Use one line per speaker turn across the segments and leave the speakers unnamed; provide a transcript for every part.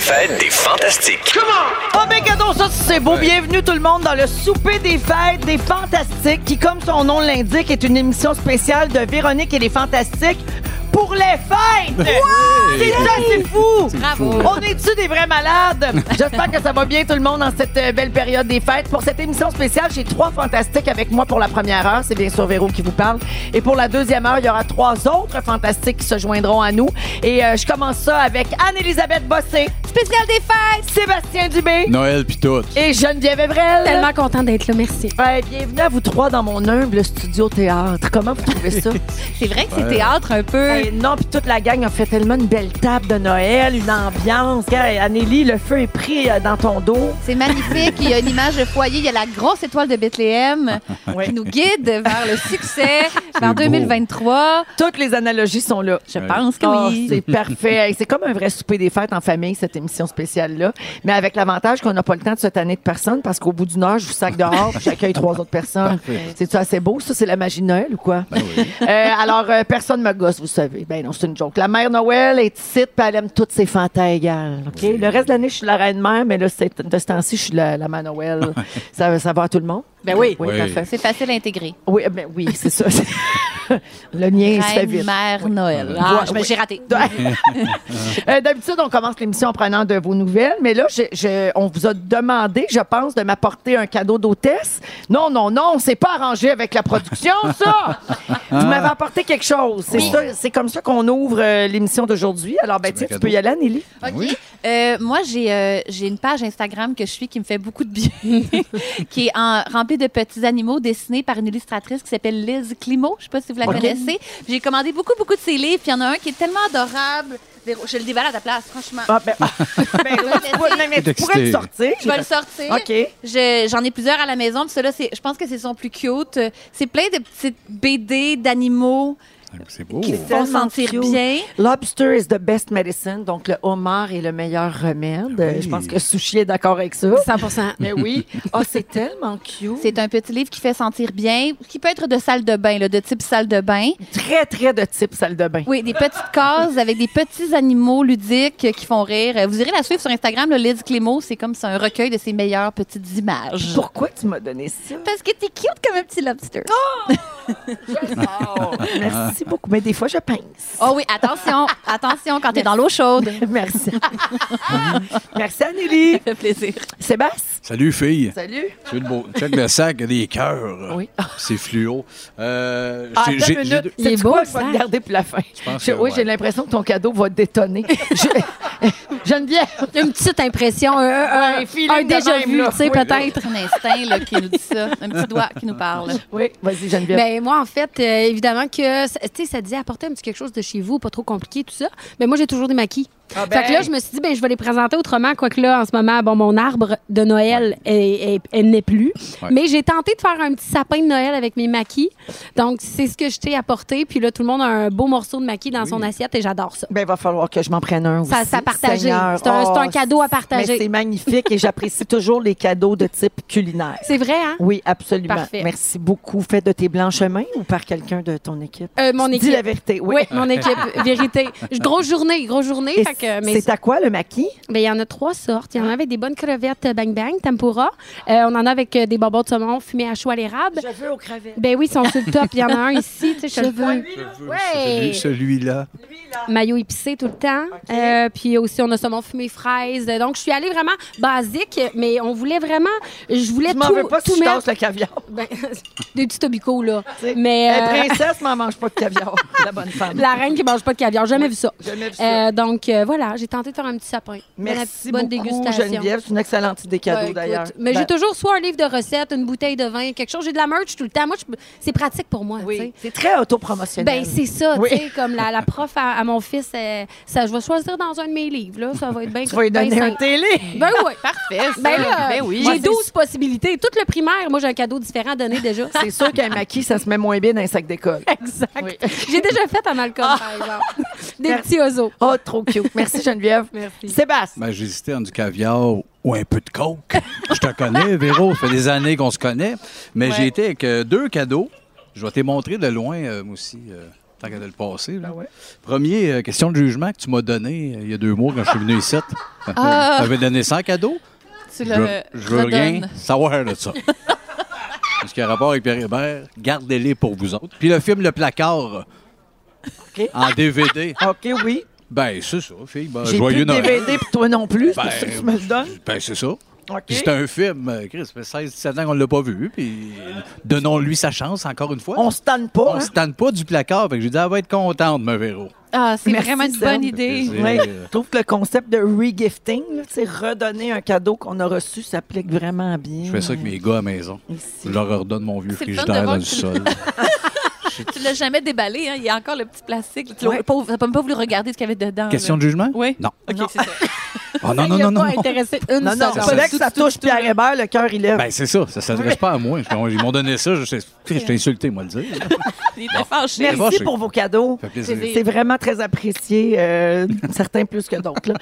fêtes des fantastiques.
Ah ben cadeau, ça c'est beau. Bienvenue tout le monde dans le souper des fêtes des fantastiques qui, comme son nom l'indique, est une émission spéciale de Véronique et les fantastiques pour les fêtes. C'est ça, c'est fou.
Bravo.
On est-tu des vrais malades? J'espère que ça va bien tout le monde dans cette euh, belle période des fêtes. Pour cette émission spéciale, j'ai trois fantastiques avec moi pour la première heure. C'est bien sûr Véro qui vous parle. Et pour la deuxième heure, il y aura trois autres fantastiques qui se joindront à nous. Et euh, je commence ça avec Anne-Élisabeth Bossé,
Spécial des fêtes!
Sébastien Dubé
Noël pis tout.
et Geneviève Evrel.
Tellement contente d'être là, merci.
Ouais, bienvenue à vous trois dans mon humble studio théâtre. Comment vous trouvez ça?
C'est vrai que c'est théâtre un peu.
Eh non, puis toute la gang a fait tellement une belle table de Noël, une ambiance. Hey, Anélie, le feu est pris euh, dans ton dos.
C'est magnifique. Il y a une image de foyer. Il y a la grosse étoile de Bethléem
Ouais.
qui nous guide vers le succès, vers
beau.
2023.
Toutes les analogies sont là.
Je pense que
Ah,
oui.
c'est parfait. Hey, C'est comme un vrai souper des fêtes en famille, cette émission spéciale-là. Mais avec l'avantage qu'on n'a pas le temps de se tanner de personne parce qu'au bout d'une heure, je vous sac dehors puis j'accueille trois autres personnes. C'est-tu assez beau? Ça, c'est la magie de Noël ou quoi? Euh, alors, euh, personne me gosse, vous savez. Ben non, c'est une joke. La mère Noël est ici, puis elle aime toutes ses fantas égales. OK? Le reste de l'année, je suis la reine mère, mais là, c'est- de ce temps-ci, je suis la, la mère Noël. ça, ça va à tout le monde? Ben oui. Oui,
Oui.
parfait.
C'est facile à intégrer.
Oui, ben oui, c'est ça. le mien, il se fait
Reine,
vite.
mère, Noël.
Ouais,
Ah, je me-
oui.
j'ai raté.
Euh, D'habitude, on commence l'émission en prenant de vos nouvelles, mais là, je- je- on vous a demandé, je pense, de m'apporter un cadeau d'hôtesse. Non, non, non, on s'est pas arrangé avec la production, ça!
Ah.
vous m'avez apporté quelque chose. C'est ça- c'est comme ça qu'on ouvre euh, l'émission d'aujourd'hui. Alors, ben, tiens, tu
cadeau.
peux y aller, Nelly.
OK.
Oui.
Euh, moi, j'ai euh, j'ai une page Instagram que je suis qui me fait beaucoup de bien, qui est en- remplie de petits animaux dessinés par une illustratrice qui s'appelle Liz Climo. Je sais pas si vous la
OK.
connaissez. J'ai commandé beaucoup, beaucoup de ses livres. puis Il y en a un qui est tellement adorable. Véro, Je le déballe à ta place, franchement.
Ah, ben, ah, ben, là, tu pourrais- mais tu pourrais le
Excité.
sortir.
Je vais le sortir.
OK.
Je- J'en ai plusieurs à la maison. Puis ceux-là, c'est- je pense que c'est son plus cute. Euh, C'est plein de petites BD d'animaux
C'est beau.
qui
Oh.
te font
Tellement
sentir
cute.
bien.
Lobster is the best medicine, donc le homard est le meilleur remède.
Ah
Euh, Je pense que Sushi est d'accord avec ça.
100
Mais oui. Ah, c'est tellement cute.
C'est un petit livre qui fait sentir bien, qui peut être de salle de bain, là, de type salle de bain.
très, très de type salle de bain.
Oui, des petites cases avec des petits animaux ludiques euh, qui font rire. Euh, Vous irez la suivre sur Instagram, le Liz Clémo. C'est comme c'est un recueil de ses meilleures petites images.
Pourquoi tu m'as donné ça? Oh!
Parce que t'es cute comme un petit lobster.
Ah.
Oh.
Merci beaucoup. Mais des fois, je pince.
Oh oui, attention, attention quand t'es dans l'eau chaude.
Merci. Merci, Anneli.
Ça fait plaisir.
Sébastien.
Salut, fille.
Salut.
Tu veux le beau. Check le sac, il y a des cœurs.
Oui.
C'est fluo. Euh,
Ah,
j'ai-
attends
j'ai-
une
j'ai
minute.
deux-
Il est
Sais-tu
beau,
quoi?
le
Je vais le
sac.
garder pour la fin.
pense
Je-
que
oui,
ouais.
j'ai l'impression que ton cadeau va détonner. Je- Geneviève,
Une petite impression, un, un,
Un feeling
un
de
déjà
même,
vu,
là.
tu
Oui,
sais,
là.
peut-être.
Un instinct là, qui nous dit ça, un petit doigt qui nous parle.
oui, vas-y, Geneviève.
Ben, moi, en fait, euh, évidemment que, ça- tu sais, ça disait apporter un petit quelque chose de chez vous, pas trop compliqué, tout ça. Mais moi, j'ai toujours des maquis.
Ah ben.
Fait que là, je me suis dit, ben, je vais les présenter autrement, quoique là, en ce moment, bon, mon arbre de Noël, est- est- elle n'est plus.
Ouais.
Mais j'ai tenté de faire un petit sapin de Noël avec mes maquis. Donc, c'est ce que je t'ai apporté. Puis là, tout le monde a un beau morceau de maquis dans son assiette et j'adore ça.
Ben, il va falloir que je m'en prenne un aussi.
Ça- ça partager.
Seigneur.
C'est un-
Oh,
c'est un cadeau à partager.
mais C'est magnifique et j'apprécie toujours les cadeaux de type culinaire.
C'est vrai, hein?
Oui, absolument.
Parfait.
Merci beaucoup. Fait de tes blancs chemins ou par quelqu'un de ton équipe?
Euh, mon
Tu
équipe.
Dis la vérité, oui.
Oui, mon équipe, vérité. Grosse journée, grosse journée.
Et
Fait que, mais
C'est à quoi le maquis?
Ben, il y en a trois sortes. Il y en a avec des bonnes crevettes euh, bang bang, tempura. Euh, on en a avec euh, des bonbons de saumon fumés à chaud à l'érable.
veux aux crevettes.
Ben oui, ils sont sur le top. Il y en a un ici, tu sais, je te le pointe.
Celui- Celui-là.
Maillot épicé tout le temps. Euh, puis aussi, on a saumon fumé fraise. Donc, je suis allée vraiment basique, mais on voulait vraiment. Je voulais
Tu m'en
tout,
veux pas si
tout
je
mettre.
tasse le caviar.
Ben, des petits tobicots, là.
tu sais.
Mais.
Hey,
euh,
princesse m'en mange pas de caviar, la bonne femme.
La reine qui mange pas de caviar, jamais vu ça.
jamais vu ça.
Euh, donc euh, voilà, j'ai tenté de faire un petit sapin. Bon app-
Merci
bonne
beaucoup,
dégustation.
Geneviève. C'est une excellente idée
Ouais,
cadeau,
écoute,
d'ailleurs.
Mais
Ben,
j'ai toujours soit un livre de recettes, une bouteille de vin, quelque chose. J'ai de la merch tout le temps. Moi, je- c'est pratique pour moi. tu sais.
Oui, c'est très autopromotionnel.
Ben, c'est ça,
Oui.
tu sais, comme la, la prof à, à mon fils, euh, ça, je vais choisir dans un de mes livres, là, ça va être bien
Tu vas lui
ben
donner un
simple.
télé.
Ben oui.
Parfait. ça.
Ben là,
Ben oui.
j'ai 12 possibilités. Tout le primaire, moi, j'ai un cadeau différent à donner déjà.
C'est sûr qu'un maquis, ça se met moins bien dans un sac d'école.
exact.
Oui. Ah.
J'ai déjà fait à Malcolm, par exemple. Des petits oiseaux.
Oh, trop cute. Merci, Geneviève.
Merci.
Sébastien.
Ben, J'hésitais entre du caviar ou un peu de coke. Je te connais, Véro. Ça fait des années qu'on se connaît. Mais j'ai été avec euh, deux cadeaux. Je vais te les montrer de loin euh, moi aussi. euh. Tant qu'à te le passer. là.
Ah ouais.
Premier, euh, question de jugement que tu m'as donné euh, il y a deux mois quand je suis venu ici. Tu
Ah!
m'avais donné 100 cadeaux.
Tu
Je,
le
je veux rien
redonnes.
savoir de ça. Parce qu'il y a rapport avec Pierre Hébert, gardez-les pour vous autres. Puis le film Le Placard
OK.
en DVD.
OK, oui.
Ben, c'est ça, fille. Ben,
J'ai
joyeux
plus de
Noël.
DVD pour toi non plus. c'est
Ben,
pour ça que tu me le donnes.
Ben, c'est ça.
OK.
Puis C'est un film, euh, Chris, ça fait 16-17 ans qu'on ne l'a pas vu, puis donnons-lui sa chance encore une fois.
On se tanne pas.
On
hein.
se tanne pas du placard, fait que j'ai dit, elle Ah, va être contente, ma Véro.
Ah, c'est
Merci,
vraiment une
Sam.
bonne idée.
Plaisir.
Ouais.
Euh.
Je trouve que le concept de regifting, là, tu sais, redonner un cadeau qu'on a reçu, s'applique vraiment bien.
Je fais ça avec mes gars à la maison.
Ici.
Je leur redonne mon vieux
C'est le fun de
frigidaire
voir
dans le
que tu-
sol.
Tu l'as jamais déballé, hein? Il y a encore le petit plastique. Tu n'as
Ouais.
pas, t'as même pas voulu regarder ce qu'il y avait dedans.
Question de jugement?
Oui.
Non.
OK,
Non.
c'est ça.
Oh non,
Il
non,
a
non, non.
pas
non.
intéressé une
Non, non,
seconde.
c'est vrai que ça
Ben
touche Pierre Hébert, le cœur, il lève.
Ben, c'est ça, ça s'adresse pas à moi. Ils m'ont donné ça, je sais- Chris, je t'ai insulté, moi, le dire. Ça
Il était fâché.
bon,
Merci
c'est-
pour vos cadeaux.
fait plaisir.
C'est-
C'est vraiment très apprécié, euh, certains plus que d'autres. là.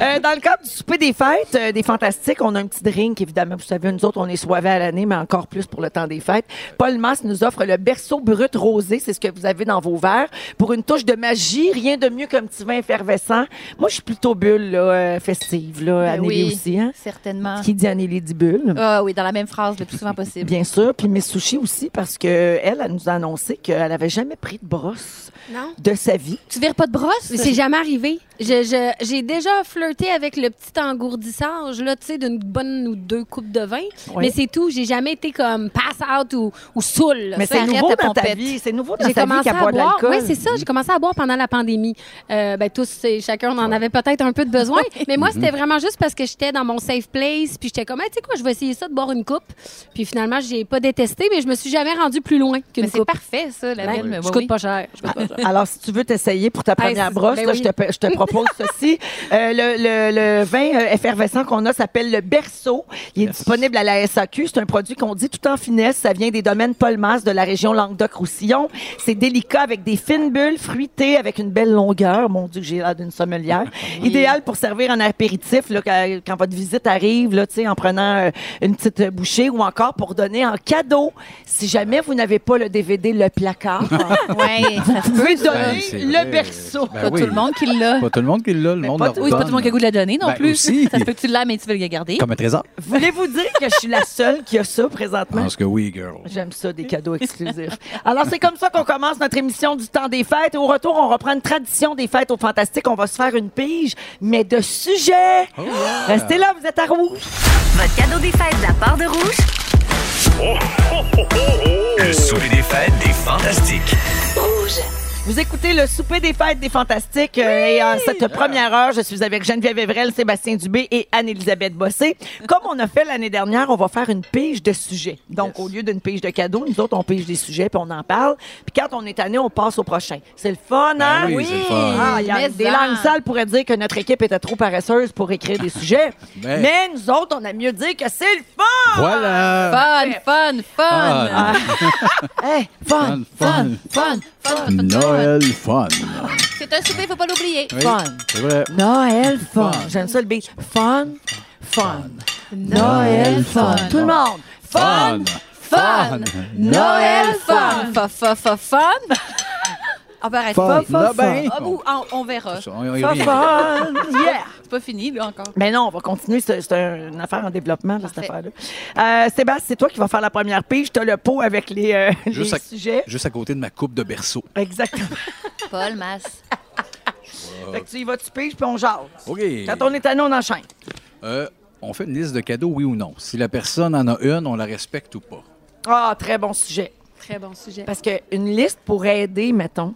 Euh, dans le cadre du souper des fêtes, euh, des fantastiques, on a un petit drink, évidemment. Vous savez, nous autres, on est soivés à l'année, mais encore plus pour le temps des fêtes. Paul Mass nous offre le berceau brut rosé, c'est ce que vous avez dans vos verres, pour une touche de magie. Rien de mieux qu'un petit vin effervescent. Moi, je suis plutôt bulle là, euh, festive, là,
Ben
Anneli
oui.
aussi. Hein?
Certainement.
Qui dit Anneli dit bulle.
Ah oui, dans la même phrase le plus souvent possible.
Bien sûr, puis mes sushis aussi, parce que elle, elle nous a annoncé qu'elle avait jamais pris de brosse
Non.
de sa vie.
Tu vires pas de brosse?
Mais C'est jamais arrivé. Je- je- J'ai déjà flirté avec le petit engourdissage, là, tu sais, d'une bonne ou deux coupes de vin.
Ouais.
Mais c'est tout. J'ai jamais été comme pass out ou, ou saoul. là.
Mais
Ça
c'est
arrête
nouveau
la
dans ta
pompette.
vie. C'est nouveau dans
J'ai
ta vie
commencé
qu'à
à
boire de
boire.
l'alcool.
Oui, c'est ça. J'ai commencé à boire pendant la pandémie. Euh, ben, tous, c'est- chacun, on en avait peut-être un peu de besoin. mais
Mhm.
moi, c'était vraiment juste parce que j'étais dans mon safe place. Puis j'étais comme, Hey, tu sais quoi, je vais essayer ça de boire une coupe. Puis finalement, j'ai pas détesté, mais je me suis jamais rendue plus loin
Mais
qu'une
c'est
coupe.
parfait, ça, la
Ben,
belle.
je
Oui,
coûte
oui.
pas cher. Je coûte pas cher.
Alors, si tu veux t'essayer pour ta première
c'est-
brosse,
ben
là,
oui.
je, te, pe- je te propose ceci. Euh, le, le- le vin euh, effervescent qu'on a s'appelle le Berceau. Il est
Yes.
disponible à la SAQ. C'est un produit qu'on dit tout en finesse. Ça vient des domaines Paul Mas de la région Languedoc-Roussillon. C'est délicat avec des fines bulles fruitées avec une belle longueur. Mon Dieu, j'ai l'air d'une sommelière. Idéal pour servir en apéritif là, quand, quand votre visite arrive, là, tu sais, en prenant euh, une petite euh, bouchée ou encore pour donner en cadeau. Si jamais vous n'avez pas le DVD Le Placard,
Ouais, ça se
vous
peut.
pouvez
Ben,
donner
c'est vrai.
le berceau.
Ben
Pas
oui.
tout le monde qui l'a.
Pas tout le monde qui l'a, le
Mais
monde
pas
leur
tout-
Oui, pas tout le monde qui a le goût de la donner non
Ben,
plus.
aussi.
Ça se peut que tu l'as, mais tu veux le garder.
Comme un trésor.
Voulez-vous dire que je suis la seule qui a ça
Je
présentement?
pense que oui, girl.
J'aime ça, des cadeaux exclusifs. Alors, c'est comme ça qu'on commence notre émission du temps des fêtes. Au retour, on reprend une tradition des fêtes au Fantastique. On va se faire une pige, mais de sujet.
Oh,
Restez là, vous êtes à rouge.
Votre cadeau des fêtes de la part de Rouge,
Le souper des fêtes des fantastiques.
Vous écoutez le souper des fêtes des Fantastiques. euh, et en cette première heure, je suis avec Geneviève Evrel, Sébastien Dubé et Anne-Élisabeth Bossé. Comme on a fait l'année dernière, on va faire une pige de sujets. Donc, au lieu d'une pige de cadeaux, nous autres, on pige des sujets, puis on en parle. Puis quand on est tanné, on passe au prochain. C'est le fun, hein?
Ben oui, c'est le fun.
Ah, il y a
Mais
des
ça.
langues sales pourraient dire que notre équipe était trop paresseuse pour écrire des sujets.
Mais-
Mais nous autres, on a mieux dire que c'est le fun!
Voilà!
Fun, fun, fun.
Ah,
Hey, fun,
Fun,
fun,
Fun, fun, fun, fun.
Noël fun.
C'est un souper, faut pas l'oublier.
Oui,
Fun.
C'est vrai.
Noël
Fun.
fun. Ah, J'aime ça le beat. Fun, fun. Noël fun.
fun.
Tout le monde. Fun.
Fun. Noël, fun. Fa, fa, fa, fun. On va arrêter.
Fun.
Fa, fa,
Là,
fa.
ben.
Ah, ou- On on verra.
Ça, on y
Fun,
revient.
fun. Yeah.
C'est pas fini, là, encore.
Mais non, on va continuer. C'est c'est un- une affaire en développement, là, cette
Parfait.
affaire-là. Euh, Sébastien, c'est toi qui vas faire la première pige. Tu as le pot avec les, euh, les
Juste à-
sujets.
Juste à côté de ma coupe de berceau.
Exactement.
Paul Masse.
Fait que tu y vas, tu piges, puis on jase.
OK.
Quand on est à nous, on enchaîne.
Euh, on fait une liste de cadeaux, oui ou non. Si la personne en a une, on la respecte ou pas.
Ah, très bon sujet.
Très bon sujet.
Parce qu'une liste pour aider, mettons,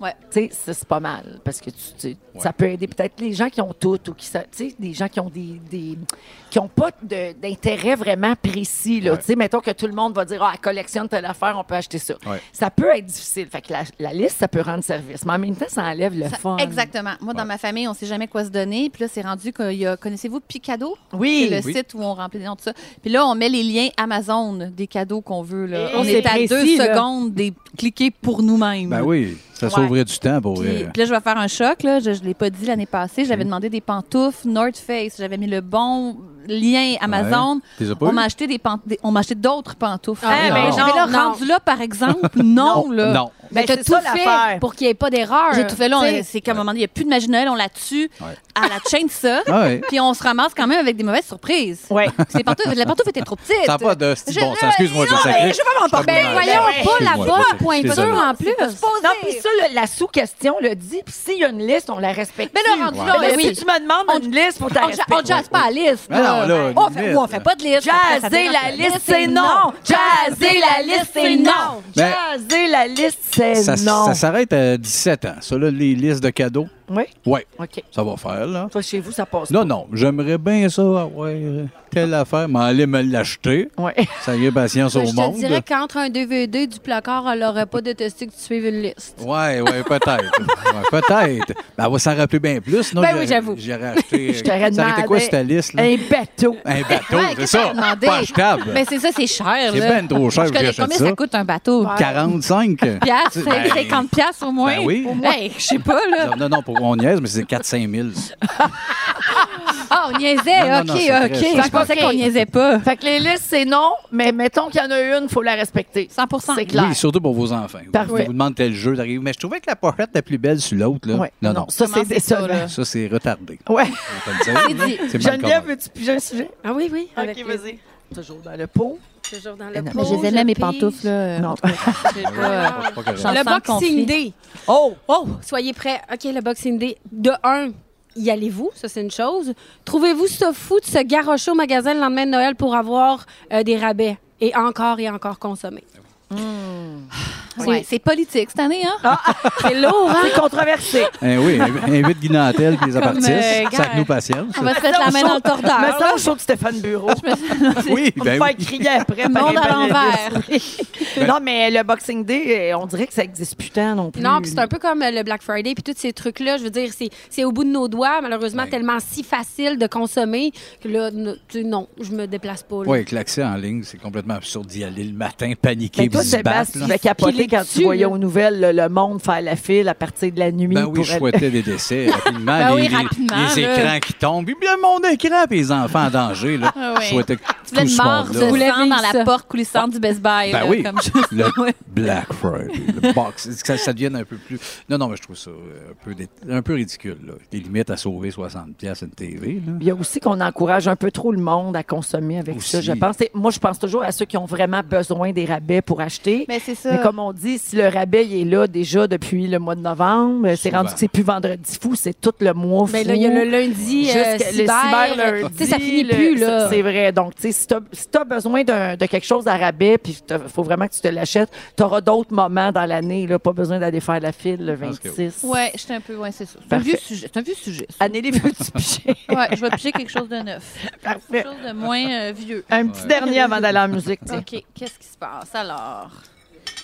Ouais.
tu sais, ça, c'est pas mal. Parce que tu, tu- ça peut aider peut-être les gens qui ont tout ou qui, sa- tu sais, des gens qui ont des, des- qui ont pas de- d'intérêt vraiment précis, là.
Ouais.
Tu sais, mettons que tout le monde va dire, ah, elle collectionne telle affaire, on peut acheter ça.
Ouais.
Ça peut être difficile. Fait que la, la liste, ça peut rendre service. Mais en même temps, ça enlève le
Ça-
fun.
Exactement. Moi, dans ma famille, on sait jamais quoi se donner. Puis là, c'est rendu qu'il y a. Connaissez-vous Picado?
Oui.
C'est le
Oui.
site où on remplit les noms, tout ça. Puis là, on met les liens Amazon des cadeaux qu'on veut. Là.
Et
on
c'est
est à
précis,
deux
là.
secondes des cliquer pour nous-mêmes.
Ben oui, ça
Ouais.
sauverait du temps pour.
Puis,
euh,
puis là, je vais faire un choc. Là. Je ne l'ai pas dit l'année passée. J'avais demandé des pantoufles North Face. J'avais mis le bon lien Amazon.
Ouais. T'es pas
On
eu?
m'a acheté des pant- des- on m'a acheté d'autres pantoufles.
Ah,
mais
ben
là,
non, non.
rendu là, par exemple, non, là.
Non,
Mais
Mais
t'as
c'est
tout
ça,
fait
l'affaire.
pour qu'il n'y ait pas d'erreur.
J'ai tout fait là, on-
Tu sais,
c'est comme un moment donné, il n'y a plus de magie de Noël, on la tue
Ouais.
à la chainsaw.
Ah oui.
Puis on se ramasse quand même avec des mauvaises surprises.
Ouais.
C'est pantouf- la pantoufle était trop petite.
Ça n'a pas de.
Je-
Bon, ça, excuse-moi,
Non,
je
mais
sacré.
je vais m'emporter.
Je suis
Ben
pas
voyons,
bonne.
pas la
Ah, Excuse-moi, je
bonne
suis désolé.
pointure en plus.
Non, puis ça, le- la sous-question le dit. Puis s'il y a une liste, on la respecte.
Mais là, rendu
Ouais.
là,
Mais là,
oui.
si tu me demandes une liste, faut
On
ta
ja- on jazz pas la liste.
Mais non, là,
on,
une
fait,
liste.
on fait pas de liste. Après, ça
Jazzer
devient-
la liste, c'est non. Jazzer la liste, c'est non.
Mais-
Jazzer la liste, c'est
Ça,
Ben non.
ça s'arrête à 17 ans. Ça, là, les listes de cadeaux.
Oui?
Ouais,
OK.
ça va faire, là.
Toi, chez vous, ça passe.
Non, non, j'aimerais bien ça, ouais, euh, telle affaire, mais allez me l'acheter.
Ouais.
Ça y est, patience
Ben, Je
au monde.
te dirais qu'entre un DVD du placard à leur repas de tester que tu suives une liste.
Ouais, ouais, peut-être. Ouais, peut-être. Ben, on va s'en rappeler bien plus. sinon
Ben
j'aurais-
oui, j'avoue.
J'aurais acheté.
Je t'aurais
euh, Ça aurait été quoi
demandé
sur ta liste, là?
Un bateau.
Un bateau,
Ouais,
c'est
qu'est-ce que
ça.
t'as demandé?
Pas achetable.
Mais c'est ça, c'est cher.
C'est
là.
ben trop cher
Je
que
connais
j'achète
combien
ça.
ça coûte un bateau.
45.
piastres,
Tu- ben,
50 piastres au moins.
Ben oui.
Au moins. Hey, je sais pas, là.
Non, non, non, pour, on niaise, mais c'est 4-5 000.
Ah, on niaisait.
Non, non,
OK,
non, c'est
OK.
vrai, ça,
je pensais
OK.
qu'on niaisait pas.
Fait que les listes, c'est non, mais mettons qu'il y en a une, faut la respecter.
100
C'est clair.
Oui, surtout pour vos enfants.
Parfait.
Vous vous demandez tel jeu d'arriver. Mais je trouvais que la pochette la plus belle sur l'autre, là.
Ouais.
Non, non.
Ça, c'est
Comment c'est ça,
décevant.
là?
Ça, c'est retardé.
Ouais.
On peut le dire, là.
dit.
Ben C'est mal
Geneviève,
commandé.
veux-tu piger un sujet?
Ah oui, oui. avec les-
Toujours dans le pot.
Toujours dans
Mais
le
non,
Mais
pot,
je les aimais, mes
pige.
pantoufles, là.
Non.
J'ai
Ouais,
pas-
c'est pas correct.
J'en-
Le
Sans conflit.
Boxing Day.
Oh!
Oh, soyez prêts. OK, le Boxing Day. De un, y allez-vous, ça c'est une chose. Trouvez-vous ça fou de se garrocher au magasin le lendemain de Noël pour avoir euh, des rabais et encore et encore consommer. Ah.
C'est- C'est politique cette année, hein?
C'est lourd, hein? C'est controversé.
Eh oui, invite Guy Nantel et les
Comme,
appartistes.
euh,
ça
gars.
nous patience.
On va se mettre la main dans le tordeur.
Me semble chaud de Stéphane Bureau.
Oui,
On
ben oui.
me
Ben-
faire crier après. par
Monde
les
à
panélistes.
l'envers.
Non, mais le Boxing Day, euh, on dirait que ça existe plus tant non plus.
Non, puis c'est un peu comme euh, le Black Friday puis tous ces trucs là, je veux dire c'est c'est au bout de nos doigts, malheureusement
Ouais.
tellement si facile de consommer que là n- tu- non, je me déplace pas. là.
Oui, avec l'accès en ligne, c'est complètement absurde d'y aller le matin, paniquer,
Mais
puis
toi,
se battre.
Sébastien, tu
là.
vas
Puis
capoter
les
quand tu
tue,
voyais
là.
aux nouvelles le, le monde faire la file à partir de la nuit.
Ben oui,
pour
je
aller-
souhaitais des décès rapidement.
Ben
les,
oui,
les-
rapidement,
les
là.
écrans qui tombent. Puis le monde écran, puis les enfants en danger. Là.
Ah oui.
Je souhaitais que
Tu voulais
tout
une
ce
mort de
monde-là.
voulais
sang dans
vivre ça.
la porte coulissante du Best Buy.
Ben
là,
oui,
comme je-
le Black Friday, le box, que ça, ça devienne un peu plus... Non, non, mais je trouve ça euh, un peu, dé- un peu ridicule. Là. Des limites à sauver 60 pièces une TV. Là.
Il y a aussi qu'on encourage un peu trop le monde à consommer avec ça,
Aussi.
je pense. Et moi, je pense toujours à ceux qui ont vraiment besoin des rabais pour acheter.
Ben,
Mais c'est ça.
Mais comme on dit, si le rabais il est là déjà depuis le mois de novembre, c'est
Souvent.
rendu que c'est plus vendredi fou, c'est tout le mois fou.
Mais Ben, là il y a le lundi euh,
Jusqu'à-
cyber,
le
tu sais, ça finit
le-
plus là.
ça, C'est vrai. Donc, tu sais, si tu as, besoin d'un- de quelque chose à rabais, puis il faut vraiment que tu te l'achètes, tu auras d'autres moments dans l'année. là, Pas besoin d'aller faire la file le
pense que
26.
Ouais, j'étais un peu. Ouais, c'est ça. C'est un
Parfait.
vieux sujet. C'est un vieux sujet. ça.
Anneli, veux-tu piger?
Ouais, je vais piger quelque chose de neuf.
Parfait.
Quelque chose de moins euh, vieux.
Un petit dernier avant d'aller en musique. tiens.
OK, qu'est-ce qui se passe alors?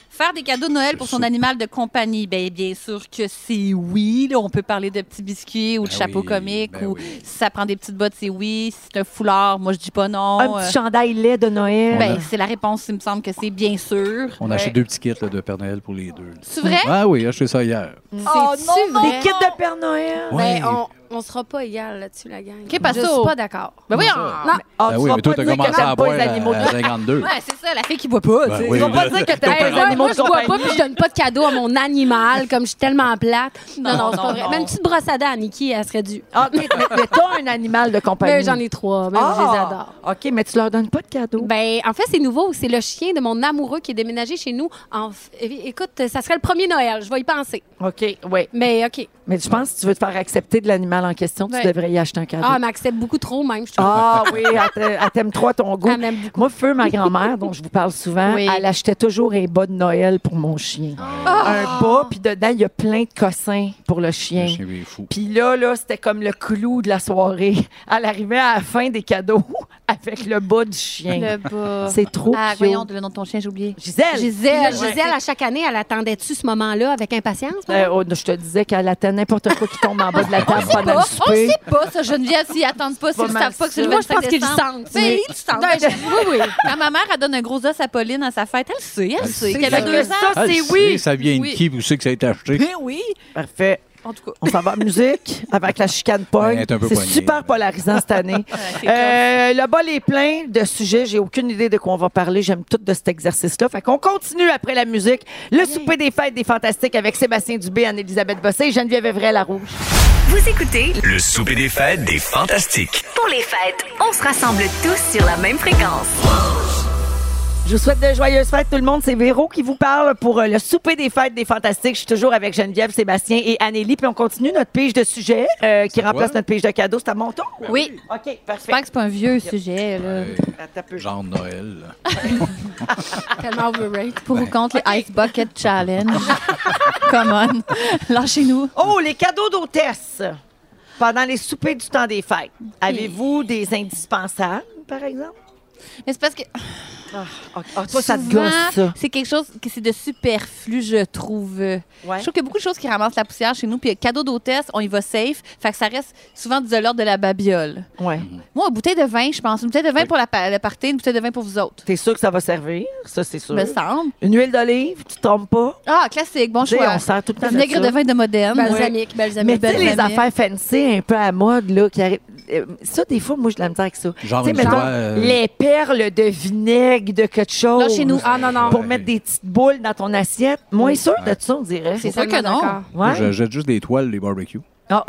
Faire des cadeaux de Noël pour son
Soupe.
animal de compagnie, ben, bien sûr que c'est oui. là. on peut parler de petits biscuits ou de
Ben
chapeaux
oui,
comiques
ben
ou
oui.
si ça prend des petites bottes, c'est oui. Si c'est un foulard, moi je dis pas non. euh.
Un petit chandail lait de Noël.
ben, c'est la réponse, il me semble que c'est bien sûr.
On achète deux petits kits là, de Père Noël pour les deux.
C'est vrai?
Ah oui, j'ai acheté ça hier.
Oh
C'est-tu
non, non,
vrai?
Des kits de Père Noël.
Ouais.
Ben, on, on sera pas égal là-dessus, la gang.
Qu'est-ce
Je
que ça?
suis pas d'accord.
Ben oui,
ça?
on-
Non.
Ah,
Ben
tu
oui,
vas
mais toi,
pas
t'as
dire que
commencé
t'aimes
à
pas
boire euh,
les animaux de
à 52.
Ouais, c'est ça, la fille qui boit pas.
Ben
tu sais.
oui.
Tu vas pas dire que
Hey,
t'aimes les
moi,
animaux
moi,
de
je bois pas
compagnie.
puis je donne pas de cadeau à mon animal, comme je suis tellement plate. Non, non,
Non,
c'est
non,
pas vrai.
non.
Même une petite brosse à dents, Nikki, elle serait due.
Ah, OK, mais, mais t'as un animal de compagnie.
Ben, J'en ai trois, mais je
Ah!
les adore.
OK, mais tu leur donnes pas de cadeaux.
Ben, en fait, c'est nouveau. C'est le chien de mon amoureux qui est déménagé chez nous. En f- é- Écoute, ça serait le premier Noël. Je vais y penser.
OK, oui.
Mais OK.
Mais je pense que si tu veux te faire accepter de l'animal en question,
Ouais.
tu devrais y acheter un cadeau.
Ah, elle m'accepte beaucoup trop, même, je trouve.
Ah oui, elle t'a- elle t'aime trop à ton goût.
Elle m'aime beaucoup.
Moi, Feu, ma grand-mère, dont je vous parle souvent,
Oui.
elle achetait toujours un bas de Noël pour mon chien. Un bas, puis dedans, il y a plein de cossins pour le
Le
chien.
chien est fou.
Puis là, là, c'était comme le clou de la soirée. Elle arrivait à la fin des cadeaux avec le bas du chien.
Le bas.
C'est trop
Ah,
cute.
voyons, le nom de ton chien, j'ai oublié.
Gisèle!
Puis là,
Gisèle.
Gisèle, à chaque année, elle attendait-tu ce moment-là avec impatience?
Euh, oh, je te disais qu'elle attend n'importe quoi qui tombe en bas de la table pendant le
Pas- on
souper.
sait pas, ça, Geneviève, s'ils attendent pas, s'ils
pas
ne
mal
savent pas que c'est le
Moi, je
25
pense qu'ils le
décembre.
sentent.
Ben,
mais-
ils le sentent.
Ben, je- Oui, oui.
Quand ma mère, elle donne un gros os à Pauline à sa fête, elle le sait, elle le sait.
sait.
Qu'elle a
Fait que
deux ans.
ça,
Ah,
c'est
le
oui.
sait, Ça vient de
Oui.
qui? Où c'est que ça a été acheté?
Ben oui.
Parfait.
En tout cas.
On s'en va en musique avec la chicane
Ouais,
pogne.
elle est un peu
C'est
pognée,
super
là.
polarisant cette année.
c'est
Euh, le bol est plein de sujets. J'ai aucune idée de quoi on va parler. J'aime tout de cet exercice-là. Fait qu'on continue après la musique. Le souper des fêtes des fantastiques avec Sébastien Dubé, Anne-Élisabeth Bossé et Geneviève Evray la rouge.
Vous écoutez
Le souper des fêtes des fantastiques.
pour les fêtes. On se rassemble tous sur la même fréquence.
Je vous souhaite de joyeuses fêtes, tout le monde. C'est Véro qui vous parle pour euh, le souper des fêtes des Fantastiques. Je suis toujours avec Geneviève, Sébastien et Anélie. Puis on continue notre pige de sujets euh, qui remplace notre pige de cadeaux. C'est à mon tour?
Oui.
OK, parfait.
J'espère que c'est pas un vieux sujet, là.
Attends un Ah, peu.
Genre Noël. là.
Tellement overrated.
Pour ou contre les Ice Bucket Challenge. Come on. Lâchez-nous.
Oh, les cadeaux d'hôtesse pendant les soupers du temps des fêtes. Avez-vous des indispensables, par exemple?
Mais c'est parce que
Ah, toi, ça te
souvent,
gosse, ça.
c'est quelque chose qui c'est de superflu, je trouve. Je trouve qu'il y a beaucoup de choses qui ramassent la poussière chez nous. Puis euh, cadeau d'hôtesse, on y va safe. Fait que ça reste souvent de l'ordre de la babiole.
Ouais.
Moi, une bouteille de vin, je pense. Une bouteille de vin
Oui.
pour la, pa- la partie, une bouteille de vin pour vous autres.
T'es sûr que ça va servir? Ça, c'est sûr.
Me semble.
Une huile d'olive, tu te trompes pas?
Ah, classique, bon
Tu sais,
choix.
on sert tout le temps
Le
de
vinaigre
ça.
de vin de moderne.
Balsamique,
Mais
balsamique.
tu sais, les
Benjamin.
affaires fancy un peu à mode, là, qui arrivent. euh, Ça, des fois, moi, je la misère avec ça.
Genre
Tu sais,
une
mettons,
fois, euh,
les perles de vinaigre, de quelque chose.
Non, chez nous.
Ah non, non.
Pour
Ouais.
mettre des petites boules dans ton assiette. Moins sûr de ça, on dirait.
C'est sûr que
Tellement
non.
d'accord.
Moi,
Ouais.
Je jette juste des toiles, des barbecues.
Ah.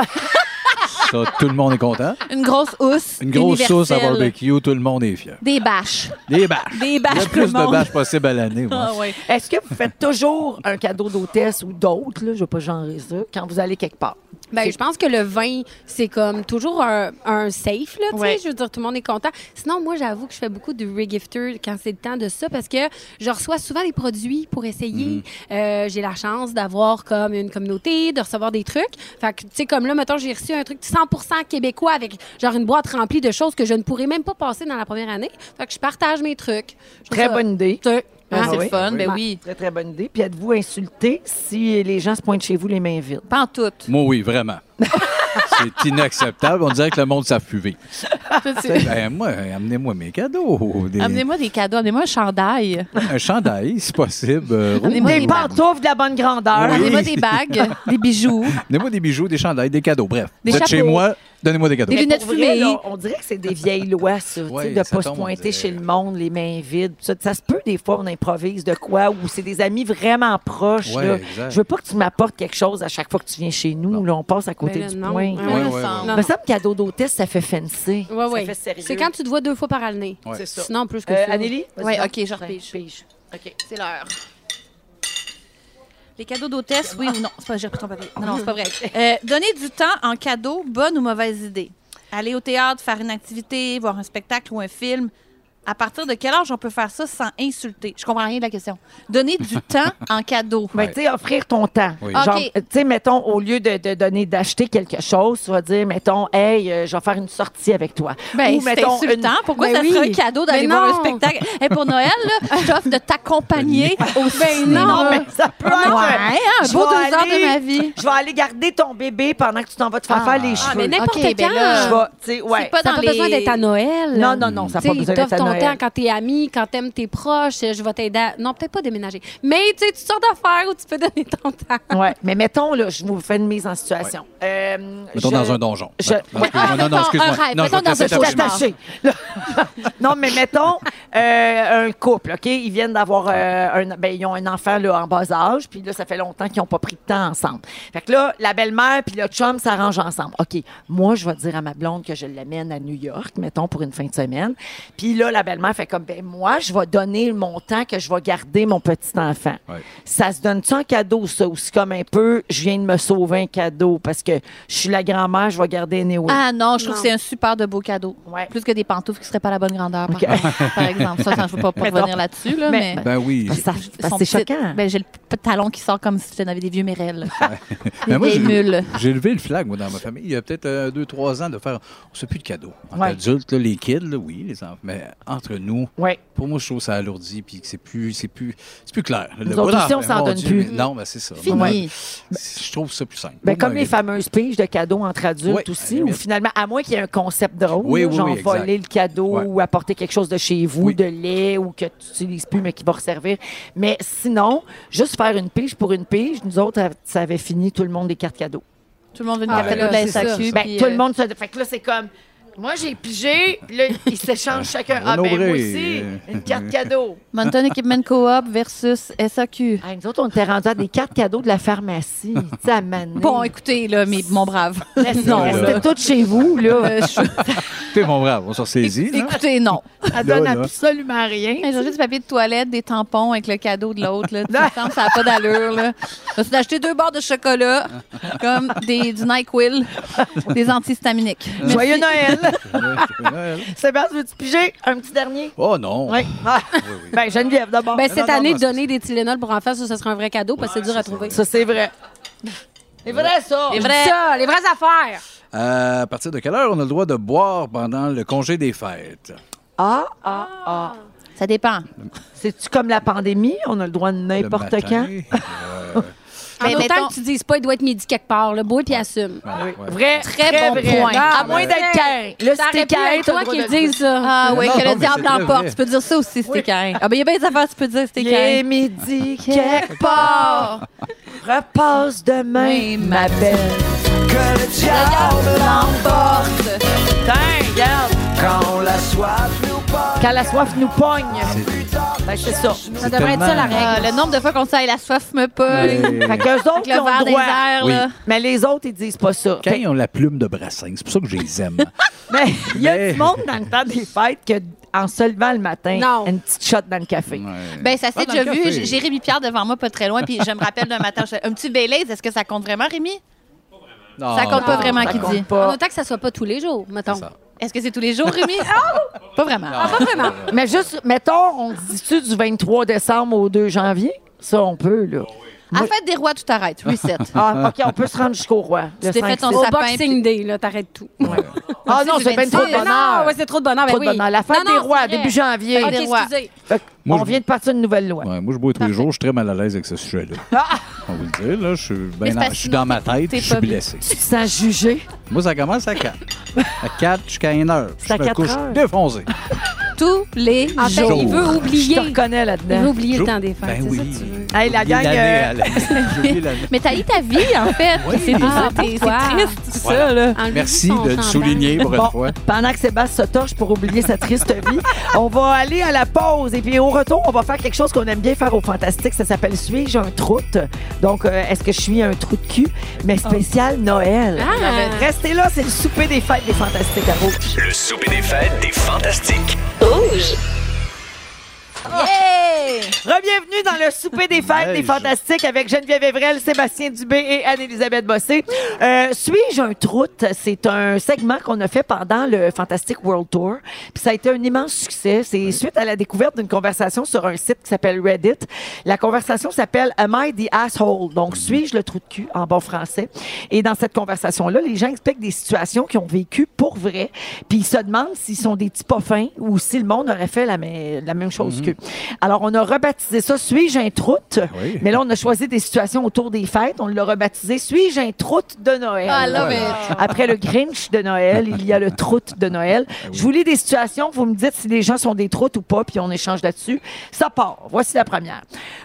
Ça, tout le monde est content.
Une grosse housse.
Une grosse sauce à
universelle.
barbecue, tout le monde est fier.
Des bâches.
Des bâches.
Des
Il y
bâches,
a
tout le
plus de
monde.
bâches possible à l'année. ouais.
Ah, ouais.
Est-ce que vous faites toujours un cadeau d'hôtesse ou d'autres, là, je ne vais pas genrer ça, quand vous allez quelque part?
Ben, je pense que le vin, c'est comme toujours un, un safe, là, tu sais.
Ouais.
Je veux dire, tout le monde est content. Sinon, moi, j'avoue que je fais beaucoup de regifter quand c'est le temps de ça parce que je reçois souvent des produits pour essayer. Euh, j'ai la chance d'avoir comme une communauté, de recevoir des trucs. Fait que, tu sais, comme là, mettons, j'ai reçu un truc 100% québécois avec genre une boîte remplie de choses que je ne pourrais même pas passer dans la première année. Fait que je partage mes trucs. Je trouve
Très
ça-
bonne idée.
Tu sais,
Ah,
hein?
c'est
oui.
le fun, ben
Ouais.
oui.
Très, très bonne idée. Puis êtes-vous insulté si les gens se pointent chez vous les mains vides?
Pas en tout.
Moi, oui, vraiment. C'est inacceptable. On dirait que le monde ne savent plus vivre. Ben, moi, amenez-moi mes cadeaux. Des-
Amenez-moi des cadeaux, amenez-moi un chandail.
Un chandail, si possible. euh, rouge.
Amenez-moi
Des
des,
pantoufles de la bonne grandeur.
Oui.
amenez-moi des bagues, des bijoux.
Donnez-moi des bijoux, des chandails, des cadeaux. Bref,
Des
vous êtes chez
chapeaux.
moi, donnez-moi des cadeaux.
Des-
Mais
lunettes
pour vrai,
fumées.
là, on dirait que c'est des vieilles lois, ça, tu sais,
Ouais,
de ne
ça
pas se
tombe, euh, on
pointer
dirait.
chez le monde, les mains vides. Ça, ça se peut, des fois, on improvise de quoi, ou c'est des amis vraiment proches.
Ouais,
là.
exact.
Je veux pas que tu m'apportes quelque chose à chaque fois que tu viens chez nous. Là, on passe à côté
Ben
du
non.
point.
Ouais,
ouais,
me
ouais.
semble.
Non,
Mais ça me cadeau d'hôtesse, ça fait fancy.
Ouais,
ça
ouais.
fait sérieux.
C'est quand tu te vois deux fois par année.
Ouais.
C'est ça.
Sinon, plus que
Euh,
ça.
Anélie? Vas-y,
Ouais,
donc.
OK, je repige.
OK.
C'est l'heure. Les cadeaux d'hôtesse, oui ou non? C'est pas, j'ai repris ton papier. Non, non, c'est pas vrai. Euh, donner du temps en cadeau, bonne ou mauvaise idée? Aller au théâtre, faire une activité, voir un spectacle ou un film. À partir de quel âge on peut faire ça sans insulter? Je comprends rien de la question. Donner du temps en cadeau.
Ben,
Ouais.
tu sais, offrir ton temps.
Oui.
Genre,
Ah, OK.
tu sais, mettons, au lieu de, de donner, d'acheter quelque chose, tu vas dire, mettons, hey, euh, je vais faire une sortie avec toi.
Ben,
Ou,
c'est
mettons, une-
insultant. Pourquoi
Ben
ça
oui.
serait un cadeau d'aller
Ben
voir
non.
un spectacle? Et pour Noël, là, je t'offre de t'accompagner au cinéma.
Ben Non, mais ça peut être.
Ouais, hein, un
Je
beau deux
vais
heures
aller-
de ma vie.
Je vais aller garder ton bébé pendant que tu t'en vas te faire faire les cheveux.
Ah, mais n'importe
Ok, ben
quand.
là,
Je vais, tu sais, ouais.
c'est pas
T'as
dans
pas
les...
besoin d'être à Noël.
Non, non, non, ça n'a
Tu
pas
sais,
besoin
t'offres
d'être à
ton
Noël.
temps quand t'es ami, quand t'aimes tes proches. Je vais t'aider à... Non, peut-être pas déménager. Mais tu sais, tu sors d'affaires où tu peux donner ton temps.
Ouais, mais mettons, là, je vous fais une mise en situation. Euh,
Mettons
je-
dans un donjon.
je-
Mettons-
Ouais.
excuse-moi. Non, non,
Mettons
excuse-moi.
un rêve.
Non, je vais
Mettons
te laisser
dans un
Je suis
terminer.
attachée. Là. non, mais mettons euh, un couple, OK? Ils viennent d'avoir euh, un... Ben, ils ont un enfant là, en bas âge, puis là, ça fait longtemps qu'ils n'ont pas pris de temps ensemble. Fait que là, la belle-mère puis le chum s'arrangent ensemble. OK, moi, je vais dire à ma blonde que je l'amène à New York, mettons, pour une fin de semaine. Puis là, la belle-mère fait comme, ben moi, je vais donner mon temps que je vais garder mon petit-enfant.
Ouais.
Ça se donne-tu en cadeau, ça? Ou c'est comme un peu, je viens de me sauver un cadeau parce que je suis la grand-mère, je vais garder anyway.
Ah non, je trouve
Non.
que c'est un super de beau cadeau.
Ouais.
Plus que des pantoufles qui seraient pas la bonne grandeur, par, contre, par exemple. Ça, ça, je ne veux pas, pas
Mais non.
revenir là-dessus, là,
Mais-
mais...
Ben oui.
Ça- parce que
son
c'est
petit-
choquant.
Ben, j'ai le p- talon qui sort comme si j'en avais des vieux mérelles.
Ah,
Mais moi,
des
j'ai-
mules.
J'ai levé le flag, moi, dans ma famille. Il y a peut-être 2-3 ans de faire. On ne sait plus de cadeaux. En
Ouais.
adulte, là, les kids, là, oui, les enfants. Mais entre nous,
Ouais.
pour moi, je trouve que ça alourdit puis que c'est plus, c'est plus, c'est plus clair. Le
Nous
mot
autres aussi, on
d'enfer,
s'en
mon
donne
Dieu,
plus.
mais Non, mais c'est ça.
Fini.
Moi, Je trouve ça plus simple.
Ben,
Moi,
comme
ma-
les fameuses piges de cadeaux entre adultes
Oui, à la
aussi, où
limite.
finalement, à moins qu'il y ait un concept drôle,
Oui,
là,
oui,
genre
oui, exact.
voler le cadeau
Ouais.
ou apporter quelque chose de chez vous,
Oui.
de lait ou que tu n'utilises plus mais qui va resservir. Mais sinon, juste faire une pige pour une pige, nous autres, ça avait fini tout le monde des cartes cadeaux.
Tout le monde veut une
Ah,
carte
ben là,
de la
c'est ça.
SAQ.
Ben,
Ben,
puis,
tout
euh,
le monde se. Fait que là, c'est comme. Moi, j'ai pigé, puis là, ils s'échangent chacun. Ah, ben, moi
Honoré.
aussi,
Euh,
une carte cadeau.
Mountain Equipment Co-op versus SAQ.
Ah, nous autres, on était rendus à des cartes cadeaux de la pharmacie. Tu sais, à Mané.
Bon, écoutez, là, mais mon brave.
non, c'était tout chez vous, là.
Euh, je-
T'es mon brave, on s'en saisit. là.
écoutez, non.
Ça donne
Là, là.
absolument rien.
Hey, J'ai juste du papier de toilette, des tampons avec le cadeau de l'autre. là. Tu me semble que ça n'a pas d'allure. là. Je me suis acheté deux barres de chocolat, comme des, du NyQuil, des antihistaminiques.
Joyeux Noël.
Noël.
Sébastien, veux-tu piger un petit dernier?
Oh non!
Oui. Ah.
oui.
Ben, Geneviève, d'abord.
Ben,
Non,
cette
non,
année,
non,
donner des Tylenol pour en faire, ça, ce serait un vrai cadeau parce que c'est dur à trouver.
ça, c'est vrai. C'est vrai, ça.
C'est vrai.
Ça, les vraies affaires.
Euh, à partir de quelle heure on a le droit de boire pendant le congé des fêtes?
Ah, ah, ah.
Ça dépend.
C'est-tu comme la pandémie? On a le droit de
Le
n'importe
matin?
quand.
Euh,
Ben,
en autant
mettons-
que tu dises pas, il doit être midi quelque part, le bois, puis assume.
ouais, ouais.
Vrai,
Très bon point.
À
Ah,
moins d'être carré. Là,
Ça
si t'es
aurait pu
carré,
être toi qui le dise ça.
Ah oui,
Non,
que
non,
le
mais
diable
c'est très
l'emporte.
vrai.
Tu peux dire ça aussi, c'était carré. Ah, ben, il y a bien des affaires, que tu peux dire, c'était
Il
carré.
est midi quelque part. Repasse demain,
Oui,
ma
ma
belle.
Que le diable l'emporte
Putain, regarde.
quand la soif nous porte.
Quand la soif nous pogne. Ben, c'est ça.
Ça devrait être ça, la
tellement-
règle.
Ah, le nombre de fois qu'on sait la soif me
Ouais.
pogne.
Fait qu'eux autres,
Avec
ils
le
ont
verre
le
des
droit.
airs,
Oui.
là.
Mais les autres, ils disent pas ça.
Quand ils ont la plume de brassin, c'est pour ça que je les aime.
Mais il y a
Mais-
du monde dans le temps des fêtes que, en se levant le matin,
Non.
une petite shot dans le café.
Ouais.
Ben, ça
Ah,
s'est
dans
déjà
le
vu.
café.
J'ai j'ai Rémi Pierre devant moi, pas très loin. Puis je me rappelle d'un matin, je fais, un petit Baileys, est-ce que ça compte vraiment, Rémi? Ça compte pas
non,
vraiment
ça
qui
compte
dit.
En
Pas.
autant que ça soit pas tous les jours, mettons.
Ah. ça.
Est-ce que c'est tous les jours, Rémi? Ah, pas vraiment. Ah,
Pas vraiment.
Mais juste, mettons, on se dit-tu du 23 décembre au 2 janvier? Ça, on peut, là.
À fête des rois, tout arrête. Reset.
Ah, OK, on peut se rendre jusqu'au roi. le
t'es fait
5,
ton
six.
Au
sapin,
Boxing
puis-
Day, là, t'arrêtes tout.
Ah non,
du
c'est bien trop de
26.
bonheur.
Non, ouais, c'est trop de bonheur. Ben
Trop de
oui.
bonheur. La fête
Non, non,
des rois,
c'est vrai.
début janvier.
Ok,
des rois.
excusez.
Fait que
Moi,
on
je-
vient de partir une nouvelle loi. Ah!
Ouais, moi, je bois tous les jours, je suis très mal à l'aise avec ce sujet-là. On vous le dit, là, je suis,
Mais
ben
c'est
en-
parce
je suis
que
dans ma tête,
t'es
je suis
pas bien.
blessé.
Tu te sens jugé.
Moi, ça commence à 4. À 4 jusqu'à 1 heure.
C'est à
Je me
quatre
couche
heures.
défoncé.
Tous les
En fait,
jours.
il veut
Je te
oublier.
reconnais
Il veut
là-dedans.
oublier le temps des fêtes.
Ben
c'est ça
oui.
que tu veux.
Hey,
J'ai
la
oublié
gang,
l'année,
euh,
Alex. J'ai oublié l'année.
Mais t'as eu ta vie, en fait.
Oui.
C'est
Ah,
ça, t'es-
pourquoi?
c'est triste, tout
Voilà.
ça, là.
Enlevez-lui
Merci
son
de le
chandail.
souligner pour
Bon,
une fois.
pendant que Sébastien se torche pour oublier sa triste vie, on va aller à la pause. Et puis au retour, on va faire quelque chose qu'on aime bien faire au Fantastique. Ça s'appelle Suis-je un troute? Donc, euh, est-ce que je suis un trou de cul? Mais spécial Noël.
Ah.
Restez là, c'est le souper des fêtes des Fantastiques à Rouge.
Le souper des fêtes des Fantastiques.
Bienvenue dans le souper des fêtes des
Neige.
fantastiques avec Geneviève Evrel, Sébastien Dubé et Anne-Élisabeth Bossé. Euh, Suis-je un troute? C'est un segment qu'on a fait pendant le Fantastic World Tour. Puis ça a été un immense succès. C'est suite à la découverte d'une conversation sur un site qui s'appelle Reddit. La conversation s'appelle Am I the asshole? Donc, suis-je le trou de cul en bon français? Et dans cette conversation-là, les gens expliquent des situations qu'ils ont vécues pour vrai. Puis ils se demandent s'ils sont des petits pas fins ou si le monde aurait fait la, mê- la même chose qu'eux. Alors, on a rebaptisé ça Suis-je un troute?
Oui.
Mais là, on a choisi des situations autour des fêtes. On l'a rebaptisé Suis-je un troute de Noël?
Ah, là, mais.
Après le Grinch de Noël, il y a le troute de Noël. Je vous lis des situations, vous me dites si les gens sont des troutes ou pas, puis on échange là-dessus. Ça part. Voici la première.